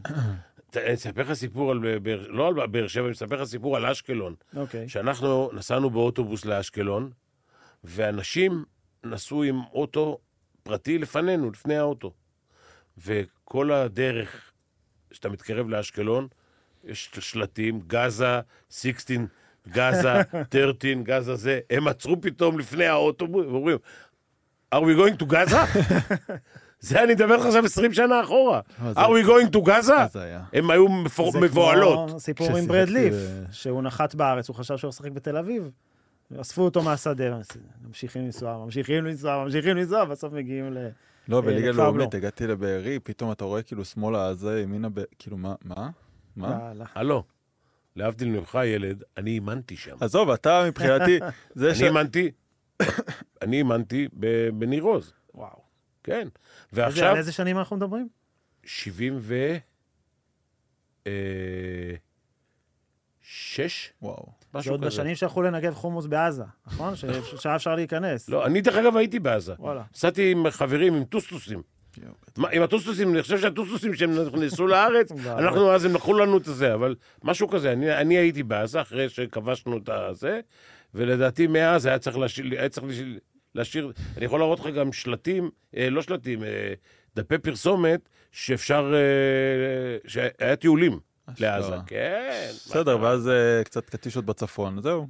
B: ת- אני אספר לך סיפור על... באר- לא על באר שבע, אני אספר לך סיפור על אשקלון.
D: אוקיי.
B: שאנחנו נסענו באוטובוס לאשקלון, ואנשים נסעו עם אוטו פרטי לפנינו, לפני האוטו. וכל הדרך, כשאתה מתקרב לאשקלון, יש שלטים, גזה, 16, גזה, 13, גזה זה, הם עצרו פתאום לפני האוטובוס, ואומרים, are we going to Gaza? זה אני מדבר לך עכשיו 20 שנה אחורה.
C: מה
B: are
C: זה?
B: we going to
C: מה
B: Gaza?
C: זה היה?
B: הם היו מפור-
D: זה
B: מבוהלות. אה,
D: כמו סיפור עם
C: כששיחקתי
D: ברד ליף,
C: ב-
D: שהוא נחת בארץ, הוא חשב שהוא משחק בתל אביב. אספו אותו מהשדה, ממשיכים לנסוע, ממשיכים לנסוע, ממשיכים לנסוע, בסוף מגיעים ל...
C: לא, בליגה
D: לכפר
C: לאומית הגעתי לבארי, פתאום אתה רואה כאילו שמאלה הזה, ימינה, ב- כאילו מה? מה? מה?
B: אה?
D: ל- ל-
B: הלו, להבדיל ממך, ילד, אני אימנתי שם.
C: עזוב, אתה [laughs] מבחינתי, זה ש...
B: אני אימנתי, [coughs] אני אימנתי ב- בניר עוז,
D: וואו.
B: כן.
D: איזה-
B: ועכשיו,
D: על איזה שנים אנחנו מדברים?
B: 70 ו... אה, שש?
C: וואו.
D: זה
B: משהו
D: עוד
B: כזה.
D: בשנים שהלכו לנגב חומוס בעזה, נכון? ש- שהיה אפשר להיכנס.
B: לא, אני דרך אגב הייתי בעזה.
D: וואלה.
B: נסעתי עם חברים, עם טוסטוסים.
C: יואו,
B: מה, עם הטוסטוסים, אני חושב שהטוסטוסים שהם נכנסו
C: [laughs]
B: לארץ,
C: נכון.
D: וואו.
B: אנחנו אז הם לקחו לנו את זה, אבל משהו כזה, אני, אני הייתי בעזה אחרי שכבשנו את הזה, ולדעתי מאז היה צריך להשאיר, היה צריך להשאיר, להשאיר אני יכול להראות לך גם שלטים, אה, לא שלטים, אה, דפי פרסומת, שאפשר, אה, שהיה טיולים
C: אשכרה.
B: לעזה, כן.
C: בסדר,
B: מה-
C: ואז אה, קצת קטישות בצפון, זהו.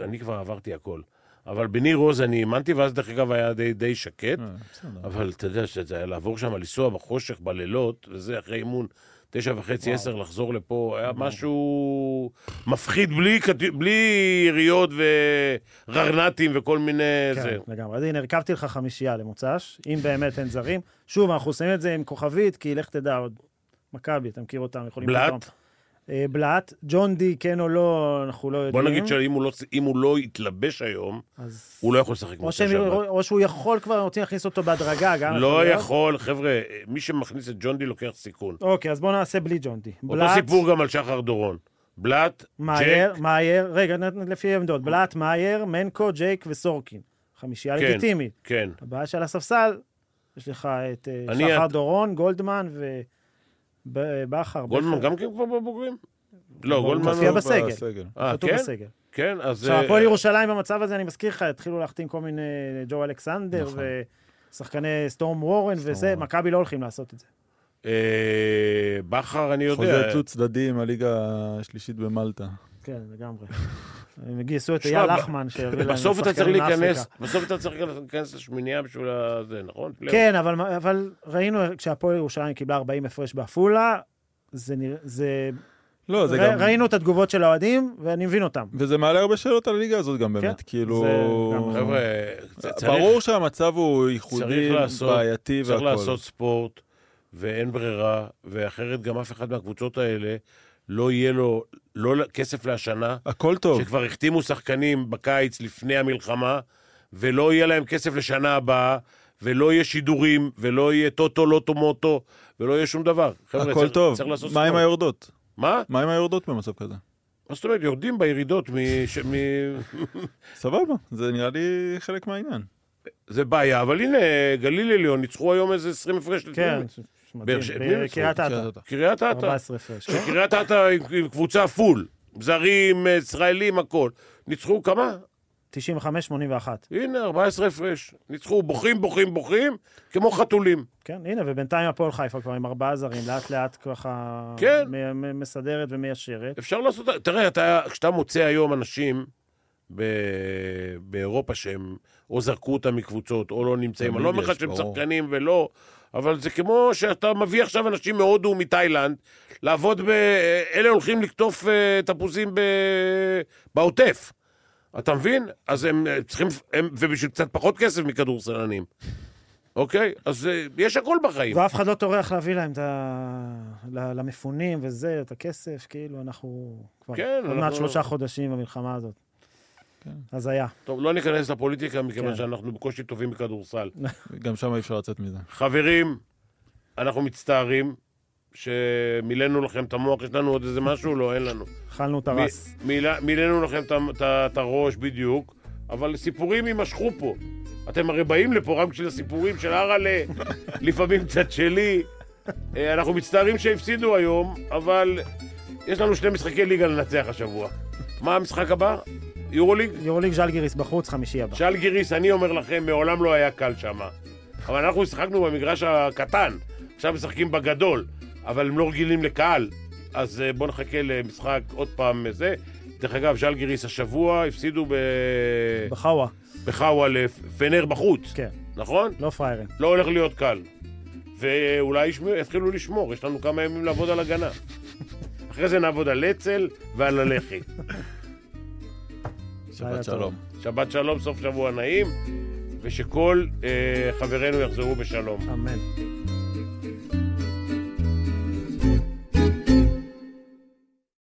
B: אני כבר עברתי הכל. אבל בניר עוז אני האמנתי, ואז דרך אגב היה די, די שקט.
C: אה, בסדר.
B: אבל אתה יודע שזה היה לעבור שם, לנסוע בחושך בלילות, וזה אחרי אימון, תשע וחצי, עשר, לחזור לפה, היה משהו מפחיד בלי, קט- בלי יריות וררנטים וכל מיני זה.
D: כן, לגמרי. אז הנה, הרכבתי לך חמישייה למוצ"ש, אם באמת אין זרים. [laughs] שוב, אנחנו עושים את זה עם כוכבית, כי לך תדע עוד. מכבי, אתה מכיר אותם, יכולים...
B: בלאט?
D: פתאום. אה, בלאט. ג'ון די, כן או לא, אנחנו לא
B: בוא
D: יודעים.
B: נגיד שאם הוא לא, אם הוא לא יתלבש היום,
D: אז...
B: הוא לא יכול לשחק
D: או,
B: במוצאי
D: שהם,
B: שבת.
D: או שהוא יכול כבר, רוצים להכניס אותו בהדרגה גם. יכול
B: לא
D: להיות.
B: יכול, חבר'ה, מי שמכניס את ג'ון די לוקח סיכון.
D: אוקיי, אז בואו נעשה בלי ג'ון די.
B: אותו סיפור גם על שחר דורון. בלאט, ג'ק,
D: מאייר, מאייר, רגע, נ- נ- לפי עמדות. בלאט, מאייר, מנקו, גייק וסורקין. חמישייה
B: כן.
D: לגיטימית.
B: כן.
D: הבעיה של הספסל, יש לך את אה,
B: אני-
D: שחר
B: את-
D: דורון, גולדמן ובכר.
B: גולדמן
D: בכר.
B: גם כן כבר בבוגרים? לא,
D: הוא
B: גולדמן...
D: מופיע
B: הוא-
D: בסגל.
B: אה,
D: כתוב
B: כן?
D: בסגל.
B: כן, אז...
D: עכשיו,
B: אה,
D: הפועל ירושלים במצב הזה, אני מזכיר לך, התחילו להחתים כל מיני אה, ג'ו אלכסנדר
C: נכון.
D: ושחקני סטורם וורן וזה,
C: וורן.
D: מכבי לא הולכים לעשות את זה.
B: אה, בכר, אני יודע.
C: חוזה דו צדדי עם הליגה השלישית במלטה.
D: כן, לגמרי. [laughs] הם גייסו את
B: שמע,
D: אייל
B: ב-
D: אחמן, שיביא להם
B: בסוף אתה צריך
D: שחקנים מאפריקה.
B: להיכנס, בסוף אתה צריך להיכנס לשמינייה בשביל הזה, נכון?
D: כן, אבל, אבל ראינו כשהפועל ירושלים קיבלה 40 הפרש בעפולה, זה, נרא- זה...
C: לא, זה
D: ר-
C: גם...
D: ראינו את התגובות של האוהדים, ואני מבין אותם.
C: וזה מעלה הרבה שאלות על הליגה הזאת גם באמת, כאילו...
D: זה כן, גם-
B: חבר'ה, זה צריך...
C: אה, ברור שהמצב הוא ייחודי,
B: צריך לעשות-
C: בעייתי והכול.
B: צריך לעשות ספורט, ואין ברירה, ואחרת גם אף אחד מהקבוצות האלה לא יהיה לו לא כסף להשנה,
C: הכל טוב.
B: שכבר החתימו שחקנים בקיץ לפני המלחמה, ולא יהיה להם כסף לשנה הבאה, ולא יהיה שידורים, ולא יהיה טוטו, לוטו, מוטו, ולא יהיה שום דבר. חבר'ה,
C: הכל
B: צריך-
C: טוב.
B: צריך לעשות
C: מה עם
B: ספורט.
C: היורדות?
B: מה?
C: מה עם היורדות במצב כזה?
B: מה זאת אומרת? יורדים בירידות מ... ש- מ-
C: סבבה, זה נראה לי חלק מהעניין.
B: זה בעיה, אבל הנה, גליל עליון ניצחו היום איזה 20 הפרש.
D: כן,
B: לדרבי.
D: ש- מדהים.
B: ש-
D: בקריית אתא,
C: שאתה-
B: קריית אתא.
D: 14 הפרש. כן.
B: שקריית אתא עם- עם קבוצה פול. זרים, ישראלים, הכל. ניצחו כמה?
D: 95-81.
B: הנה, 14 הפרש. ניצחו, בוכים, בוכים, בוכים, כמו חתולים.
D: כן, הנה, ובינתיים הפועל חיפה כבר עם ארבעה זרים, לאט-לאט ככה...
B: כן.
D: מ- מ- מסדרת ומיישרת.
B: אפשר לעשות... תראה, אתה, כשאתה מוצא היום אנשים ב... באירופה שהם או זרקו אותם מקבוצות או לא נמצאים, אני
C: תמיד
B: לא אומר לך
C: יש,
B: שהם
C: ברור.
B: שחקנים ולא, אבל זה כמו שאתה מביא עכשיו אנשים מהודו ומתאילנד לעבוד ב... אלה הולכים לקטוף אה, תפוזים ב... בעוטף. אתה מבין? אז הם אה, צריכים, הם, ובשביל קצת פחות כסף מכדורסלנים, אוקיי? אז אה, יש הכל בחיים.
D: ואף אחד לא טורח להביא להם את ה... ל- למפונים וזה, את הכסף, כאילו, אנחנו כבר
B: כן,
D: עוד מעט
B: אנחנו- כן.
D: שלושה חודשים במלחמה הזאת. אז היה.
B: טוב, לא ניכנס לפוליטיקה, מכיוון
D: כן.
B: שאנחנו בקושי טובים בכדורסל.
C: גם שם אי אפשר לצאת מזה.
B: חברים, אנחנו מצטערים שמילאנו לכם את המוח, יש לנו עוד איזה משהו? לא, אין לנו.
D: אכלנו את הרס.
B: מ- מילה- מילאנו לכם את ה- את ה- את הראש בדיוק, אבל סיפורים יימשכו פה. אתם הרי באים לפה רק בשביל הסיפורים של אראלה, לפעמים קצת שלי. אה, אנחנו מצטערים שהפסידו היום, אבל יש לנו שני משחקי ליגה לנצח השבוע. מה המשחק הבא? יורוליג?
D: יורליג ז'לגיריס בחוץ, חמישי הבא.
B: שאל גיריס, אני אומר לכם, מעולם לא היה קל שם. אבל אנחנו שיחקנו במגרש הקטן, עכשיו משחקים בגדול, אבל הם לא רגילים לקהל, אז אה, בואו נחכה למשחק עוד פעם אה, זה. דרך אגב, ז'אל גיריס השבוע הפסידו ב...
D: בחאווה,
B: בחאווה לפנר בחוץ,
D: כן.
B: נכון?
D: לא פריירים.
B: לא הולך להיות קל. ואולי ישמעו- יתחילו לשמור, יש לנו כמה ימים לעבוד על הגנה. אחרי זה נעבוד על אצ"ל ועל הלח"י.
D: לילה
C: שבת
D: טוב.
C: שלום.
B: שבת שלום, סוף שבוע נעים, ושכל אה, חברינו יחזרו בשלום.
D: אמן.